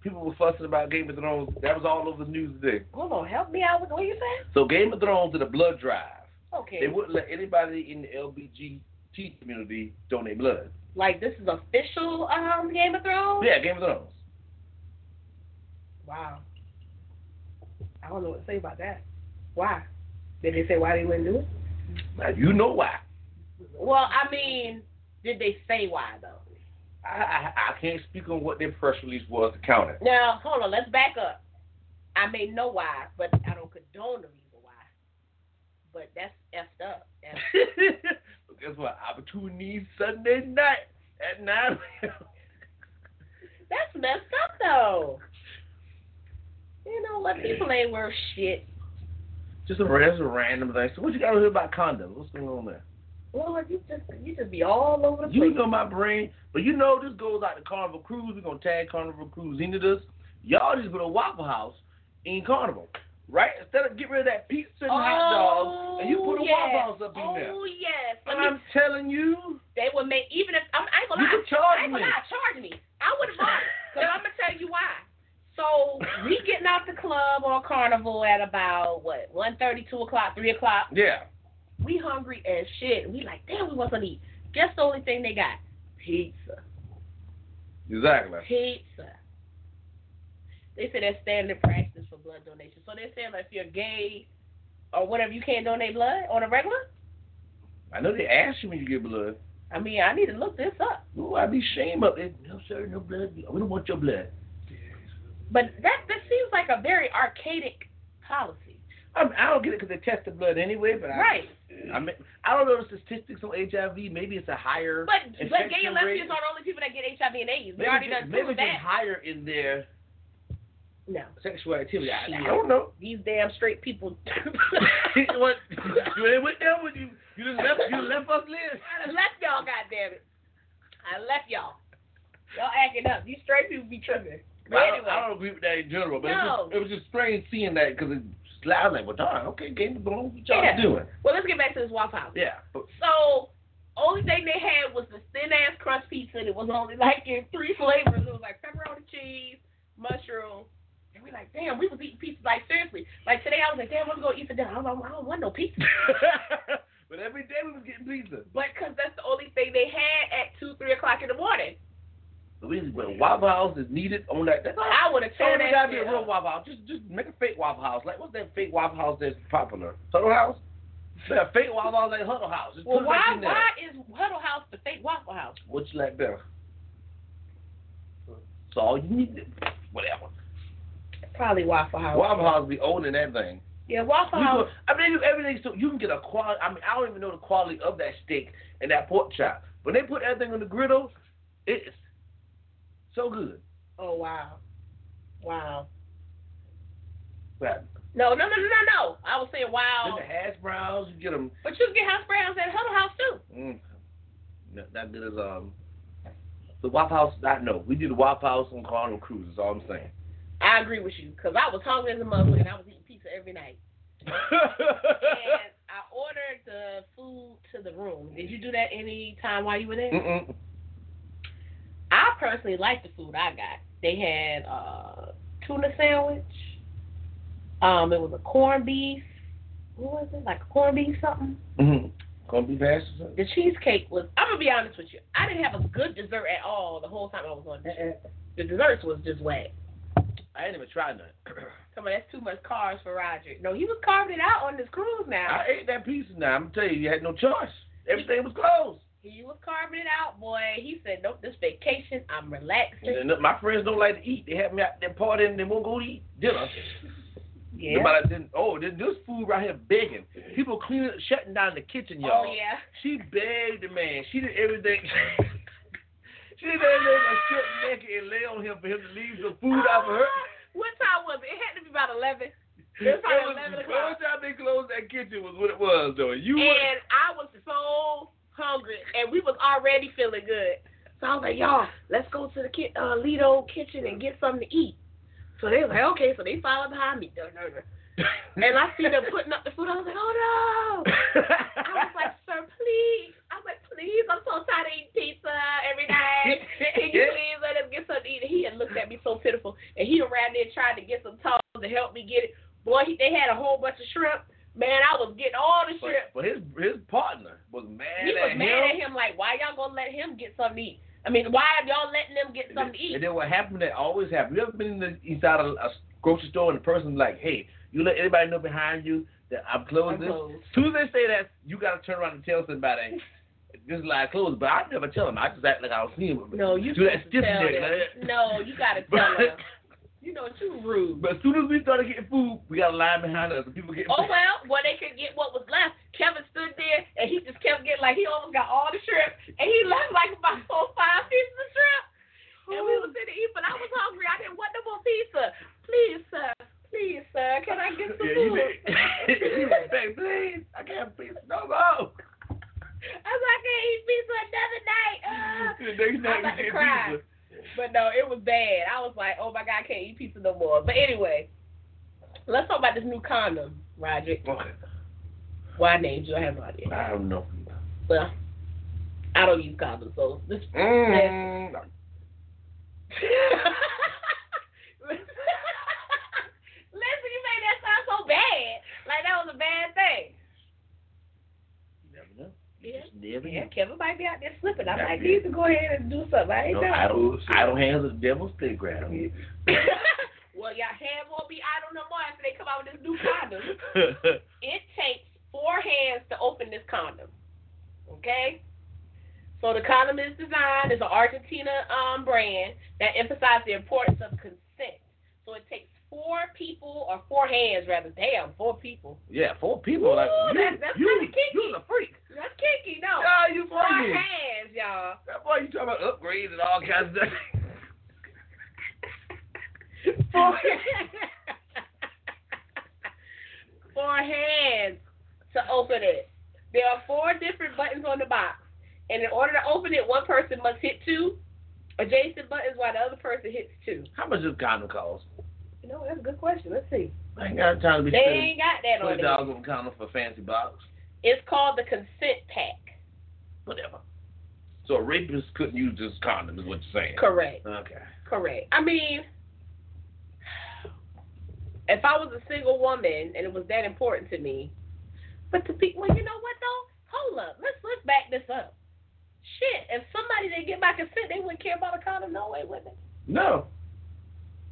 A: People were fussing about Game of Thrones. That was all over the news today.
C: Hold on, help me out with what you saying.
A: So Game of Thrones did a blood drive.
C: Okay.
A: They wouldn't let anybody in the LBG LGBT community donate blood.
C: Like this is official um Game of Thrones.
A: Yeah, Game of Thrones.
C: Wow. I don't know what to say about that. Why? Did they say why they wouldn't do it?
A: Now you know why.
C: Well, I mean, did they say why though?
A: I, I I can't speak on what their press release was to counter.
C: Now, hold on, let's back up. I may know why, but I don't condone the reason why. But that's effed up.
A: So Guess what? Opportunity Sunday night at nine.
C: That's messed up though. You know what? People ain't worth shit.
A: just a that's a random thing. So what you got to hear about condoms? What's going on there?
C: Lord, you just you just be all over the
A: You
C: place.
A: know my brain, but you know this goes out to Carnival Cruise. We're gonna tag Carnival Cruise into this. Y'all just go to Waffle House in Carnival, right? Instead of get rid of that pizza and hot dogs, and you put a
C: yes.
A: Waffle House up in
C: oh,
A: there.
C: yes. Let me
A: I'm telling you,
C: they would make even if I'm, I ain't gonna
A: you
C: lie,
A: can
C: I
A: charge
C: ain't
A: me.
C: gonna lie, charge me. I would have bought it, cause I'm gonna tell you why. So we getting out the club or carnival at about what one thirty, two o'clock, three o'clock.
A: Yeah,
C: We hungry as shit. We like damn, we want something to eat. Guess the only thing they got pizza,
A: exactly.
C: pizza. They say that's standard practice for blood donation. So they're saying like if you're gay or whatever, you can't donate blood on a regular.
A: I know they ask you when you get blood.
C: I mean, I need to look this up.
A: Ooh, I'd be shame up. It. No sir, no blood. We don't want your blood.
C: But that that seems like a very archaic policy.
A: I, I don't get it because they test the blood anyway. But I,
C: Right.
A: I mean, I don't know the statistics on HIV. Maybe it's a higher.
C: But but gay
A: infection
C: and
A: rate.
C: lesbians are the only people that get HIV and AIDS. We
A: Maybe
C: already
A: just-
C: done
A: maybe
C: proved
A: just
C: that.
A: higher in their
C: No.
A: sexual activity. I, I don't know.
C: These damn straight people
A: what? You ain't went there with you. You just left. You left us live.
C: I done left y'all, goddamn it. I left y'all. Y'all acting up. These straight people be tripping. But
A: I, don't,
C: anyway.
A: I don't agree with that in general, but it,
C: No.
A: was just, it was just strange seeing that because it just I was like, well, darn, okay, game is going. What y'all
C: Yeah.
A: doing?
C: Well let's get back to this Waffle House.
A: Yeah, but
C: So only thing they had was this thin ass crust pizza and it was only like in three flavors. It was like pepperoni cheese, mushroom. And we're like, damn, we was eating pizza like seriously. Like today I was like, damn, I'm gonna eat for dinner. I don't, I don't want no pizza.
A: but every day we was getting pizza.
C: But 'cause that's the only thing they had at two, three o'clock in the morning.
A: We, but Waffle House is needed on that. That's all.
C: I would have
A: So
C: told
A: it gotta be a real
C: that.
A: Waffle House. Just just make a fake Waffle House. Like what's that fake Waffle House that's popular? Huddle House. Yeah, fake Waffle House like Huddle House. Just
C: Well,
A: put it back
C: why
A: in there.
C: why is Huddle House the fake Waffle House?
A: What you like better? So all you need, to- whatever.
C: Probably Waffle House.
A: Waffle House be owning that thing.
C: Yeah,
A: You
C: Waffle House.
A: go, I mean, they do everything. So you can get a quality. I mean, I don't even know the quality of that steak and that pork chop. When they put everything on the griddle, it's so good.
C: Oh wow, wow.
A: Right.
C: No, no, no, no, no, no. I was saying wow.
A: Then the hash browns, you get them.
C: But you can get house browns at Huddle House too.
A: Mm, no, not good as um. The Waffle House, I know. We did the Waffle House on Carnival Cruise. That's all I'm saying.
C: I agree with you, 'cause I was hungry as a motherfucker and I was eating pizza every night. And I ordered the food to the room. Did you do that any time while you were there?
A: Mm-mm.
C: Mm. I personally liked the food I got. They had uh tuna sandwich. Um, it was a corned beef. What was it? Like a corned beef something?
A: Mm-hmm. Gonna be fast or something?
C: The cheesecake was I'm gonna be honest with you. I didn't have a good dessert at all the whole time I was on there. The desserts was just whack.
A: I ain't even tried none.
C: Come on, that's too much carbs for Roger. No, he was carving it out on this cruise now.
A: I ate that pizza now. I'm tell you, you had no choice. Everything was closed.
C: He was carving it out, boy. He said, Nope, this vacation, I'm relaxing.
A: And then my friends don't like to eat. They have me out there partying and they won't go to eat dinner.
C: Yeah.
A: Nobody didn't, oh, this this food right here begging. People cleaning, shutting down the kitchen, y'all.
C: Oh yeah.
A: She begged the man. She did everything. she did everything but sit naked and lay on him for him to leave the food out for her.
C: Ah, What time was it? It had to be about eleven.
A: It
C: It's probably
A: was
C: 11
A: the
C: o'clock.
A: first time they closed that kitchen was what it was, though. You were,
C: and I was so hungry, and we was already feeling good. So I was like, y'all, let's go to the ki- uh, Lido kitchen and get something to eat. So they was like, okay. So they followed behind me, Dun, dun, dun. and I see them putting up the food. I was like, oh no. I was like, sir, please. I was like, please. I'm so tired of eating pizza every night. Can you please let us get something to eat? And he had looked at me so pitiful, and he around there trying to get some toes to help me get it. Boy, he, they had a whole bunch of shrimp. Man, I was getting all the shrimp.
A: But, but his his partner was was mad
C: He
A: at
C: was mad at
A: him.
C: him, like, why y'all gonna let him get something to eat? I mean, why are y'all letting them get something to eat?
A: And then what happened that always happened. You ever been in the inside of a grocery store and the person's like, hey, you let everybody know behind you that I'm
C: I'm
A: closing.
C: closed.
A: soon as they say that, you got to turn around and tell somebody this is like closed. But I never tell them. I just act like I don't see them.
C: No, you
A: do that stiff
C: supposed to tell
A: neck.
C: them.
A: like that.
C: No, you gotta tell them. You know, too rude.
A: But as soon as we started getting food, we got a line behind us. and People getting
C: Oh well, well they could get what was left. Kevin stood there and he just kept getting like he almost got all the shrimp and he left like about four five pieces of shrimp. And we was sitting eat, but I was hungry. I didn't want no more pizza. Please, sir. Please, sir. Can I get some
A: yeah, you did.
C: food?
A: you was like, please, I can't please no more.
C: I was like, I can't eat pizza another night. Ah.
A: The next night
C: I'm about
A: we get
C: to cry.
A: pizza.
C: But no, it was bad. I was like, oh my god, I can't eat pizza no more. But anyway, let's talk about this new condom, Roger. Why I named you? I have no idea.
A: I don't know.
C: Well, I don't use condoms, so this
A: Mm.
C: Listen, you made that sound so bad. Like that was a bad thing.
A: You never know. You
C: Yeah.
A: just never
C: Yeah,
A: know.
C: Kevin might be out there slipping. I might need to go ahead and do something. I ain't
A: No,
C: done.
A: I don't.
D: Bullshit.
A: I don't handle the devil's playground.
C: well, your hand won't be idle no more after they come out with this new condom. it takes four hands to open this condom. Okay? So the condom is designed as an Argentina um, brand that emphasizes the importance of consent. So it takes four people or four hands rather. Damn, four people.
A: yeah, four people. like,
C: Ooh,
A: you,
C: that's- that's
A: you,
C: kinda kinky.
A: You're a freak.
C: That's kinky, no.
A: Oh, you
C: four
A: funny.
C: hands, y'all.
A: That boy, you talking about upgrades and all kinds of stuff.
C: Four, four hands to open it. There are four different buttons on the box, and in order to open it, one person must hit two adjacent buttons while the other person hits two.
A: How much does condom cost?
C: You know, that's a good question. Let's see.
A: I ain't got time to be
C: They
A: spending
C: ain't got that on
A: twenty
C: there.
A: dollars on condom for a fancy box.
C: It's called the consent pack.
A: Whatever. So a rapist couldn't use this condom, is what you're saying?
C: Correct.
A: Okay.
C: Correct. I mean, if I was a single woman and it was that important to me, but to be well, you know what though? Hold up, let's let's back this up. Shit, if somebody didn't get my consent, they wouldn't care about a condom. No way, would they?
A: No.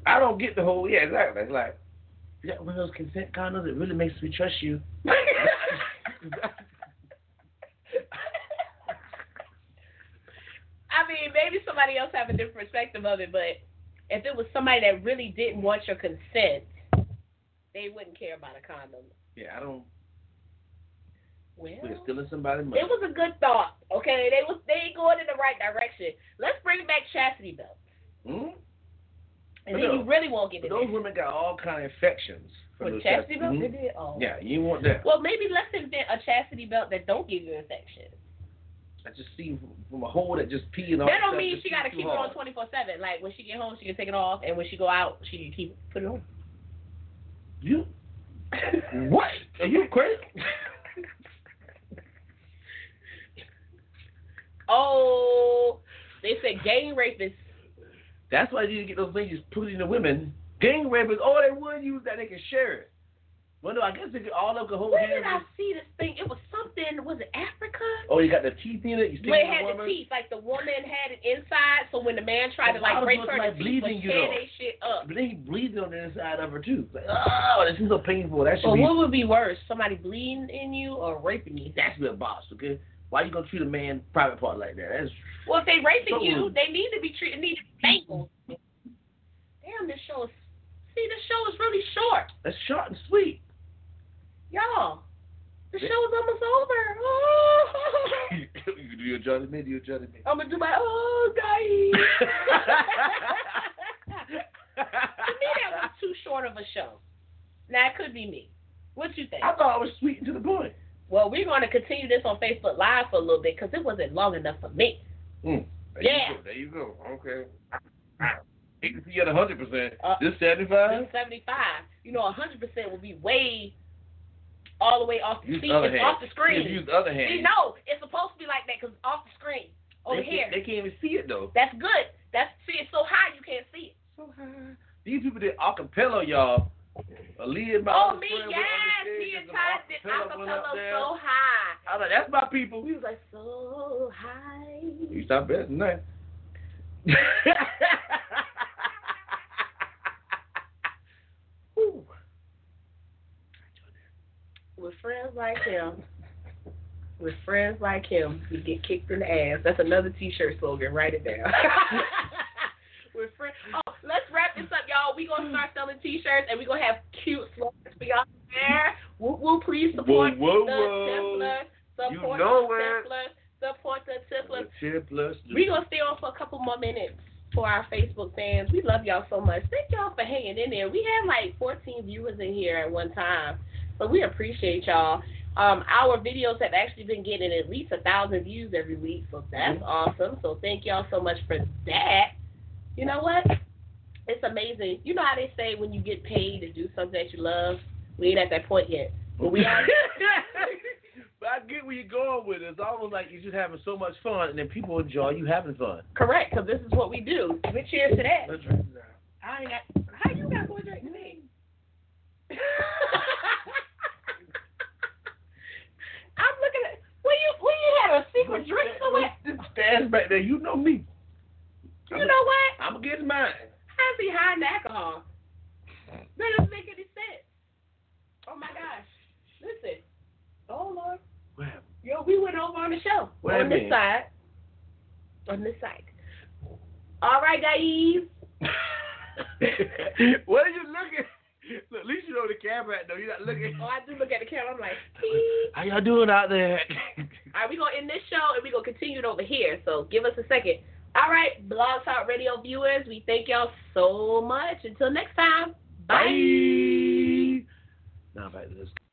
A: I don't get the whole. Yeah, exactly. It's like, is that one of those consent condoms that really makes me trust you?
C: I mean, maybe somebody else have a different perspective of it, but if it was somebody that really didn't want your consent, they wouldn't care about a condom.
A: yeah, I don't.
C: Well,
A: We're stealing somebody's money.
C: It was a good thought. Okay, they was they going in the right direction. Let's bring back chastity belts,
A: Hmm?
C: and then you really won't get
A: But
C: it.
A: those women got all kind of infections. from those
C: With chastity belts,
A: Mhm.
C: they did. Oh.
A: Yeah, you want that.
C: Well, maybe let's invent a chastity belt that don't give you infections.
A: I just see from a hole that just peeing off.
C: That don't mean she got to keep it on twenty four seven. Like when she get home, she can take it off, and when she go out, she can keep put it on.
A: You what? Are you crazy?
C: Oh, they said gang rapists.
A: That's why you need to get those ladies putting the women. Gang rapists. Oh, they would use that. They can share it. Well, no, I guess they could all of the whole
C: Where did I
A: hand-
C: see this thing? It was something. Was it Africa?
A: Oh, you got the teeth in it. You stick
C: Well,
A: it in the
C: it had the
A: woman.
C: teeth. Like the woman had it inside, so when the man tried to
A: Well,
C: like
A: why
C: break
A: was
C: her,
A: it, like,
C: the teeth would
A: bleeding you,
C: tear
A: though?
C: that shit up.
A: But then he bleeds on the inside of her too. Like, oh, this is so painful. That should
C: But
A: be.
C: what would be worse, somebody bleeding in you or raping you?
A: That's be a boss. Okay. Why you gonna treat a man private part like that? That's
C: Well, if they raping you,
A: Someone-
C: they need to be treated, need to be thankful. Damn, this show is. See, this show is really short,
A: that's short and sweet.
C: y'all. The
A: They-
C: show is almost over. Oh.
A: you can do your job to me. Do your job to me.
C: I'm gonna do my oh guy. to me, that was too short of a show. Now it could be me. What you think?
A: I thought it was sweet and to the point.
C: Well, we're going to continue this on Facebook Live for a little bit because it wasn't long enough for me.
A: Hmm. There
C: Yeah.
A: You go, there you go. Okay. You can see you at 100%.
C: Uh,
A: this 75?
C: 75. You know, 100% would be way all the way off the
A: Use
C: scene.
A: the other
C: It's
A: hand.
C: off the
A: You
C: screen.
A: use the other
C: See,
A: hand.
C: no, it's supposed to be like that because it's off the screen
A: they,
C: over here.
A: Can't, they can't even see it, though.
C: That's good. That's see, it's so high you can't see it.
A: So high. These people did a cappella, y'all. Aaliyah, my
C: Oh
A: other
C: me,
A: friend, went
C: yes,
A: on the
C: me
A: stage
C: and
A: some
C: Todd did
A: acapella went up
C: acapella
A: there.
C: so high.
A: I was like, that's my people.
C: We was like so high.
A: You stop that tonight. Ooh.
C: With friends like him, with friends like him, you get kicked in the ass. That's another T-shirt slogan. Write it down. with friends. Oh, let's wrap this up, y'all. We gonna start selling T-shirts, and we gonna have cute slogans for y'all to wear. Woo woo, please support
A: Whoa, whoa,
C: the
A: whoa.
C: Templars. Support
A: You know
C: the
A: it.
C: Templars. Support the Templars.
A: Chipless.
C: We're going to stay on for a couple more minutes for our Facebook fans. We love y'all so much. Thank y'all for hanging in there. We had like 14 viewers in here at one time, but we appreciate y'all. Um, our videos have actually been getting at least a thousand views every week, so that's awesome. So thank y'all so much for that. You know what? It's amazing. You know how they say when you get paid to do something that you love, we ain't at that point yet. But we are.
A: but I get where you're going with it. It's almost like you're just having so much fun, and then people enjoy you having fun.
C: Correct, because this is what we do. We cheers to that.
A: Let's drink now.
C: I ain't got. How you got more drink than me? I'm looking at. Well, you well, you had a secret drink somewhere.
A: Stand back there. You know me.
C: You know what?
A: I'm gonna get mine.
C: How's he high in alcohol? That doesn't make any sense. Oh my gosh! Listen. Oh Lord.
A: What happened?
C: Yo, we went over on the show.
A: What
C: on
A: I
C: this
A: mean?
C: side. On this side. All right, guys.
A: what are you looking? Look, at least you know the camera though. You're not looking.
C: Oh, I do look at the camera. I'm like, "Beep."
A: How y'all doing out there?
C: All right, we're going to end this show and we're going to continue it over here. So give us a second. All right, Blog Talk Radio viewers, we thank y'all so much. Until next time, bye.
A: Now back to this.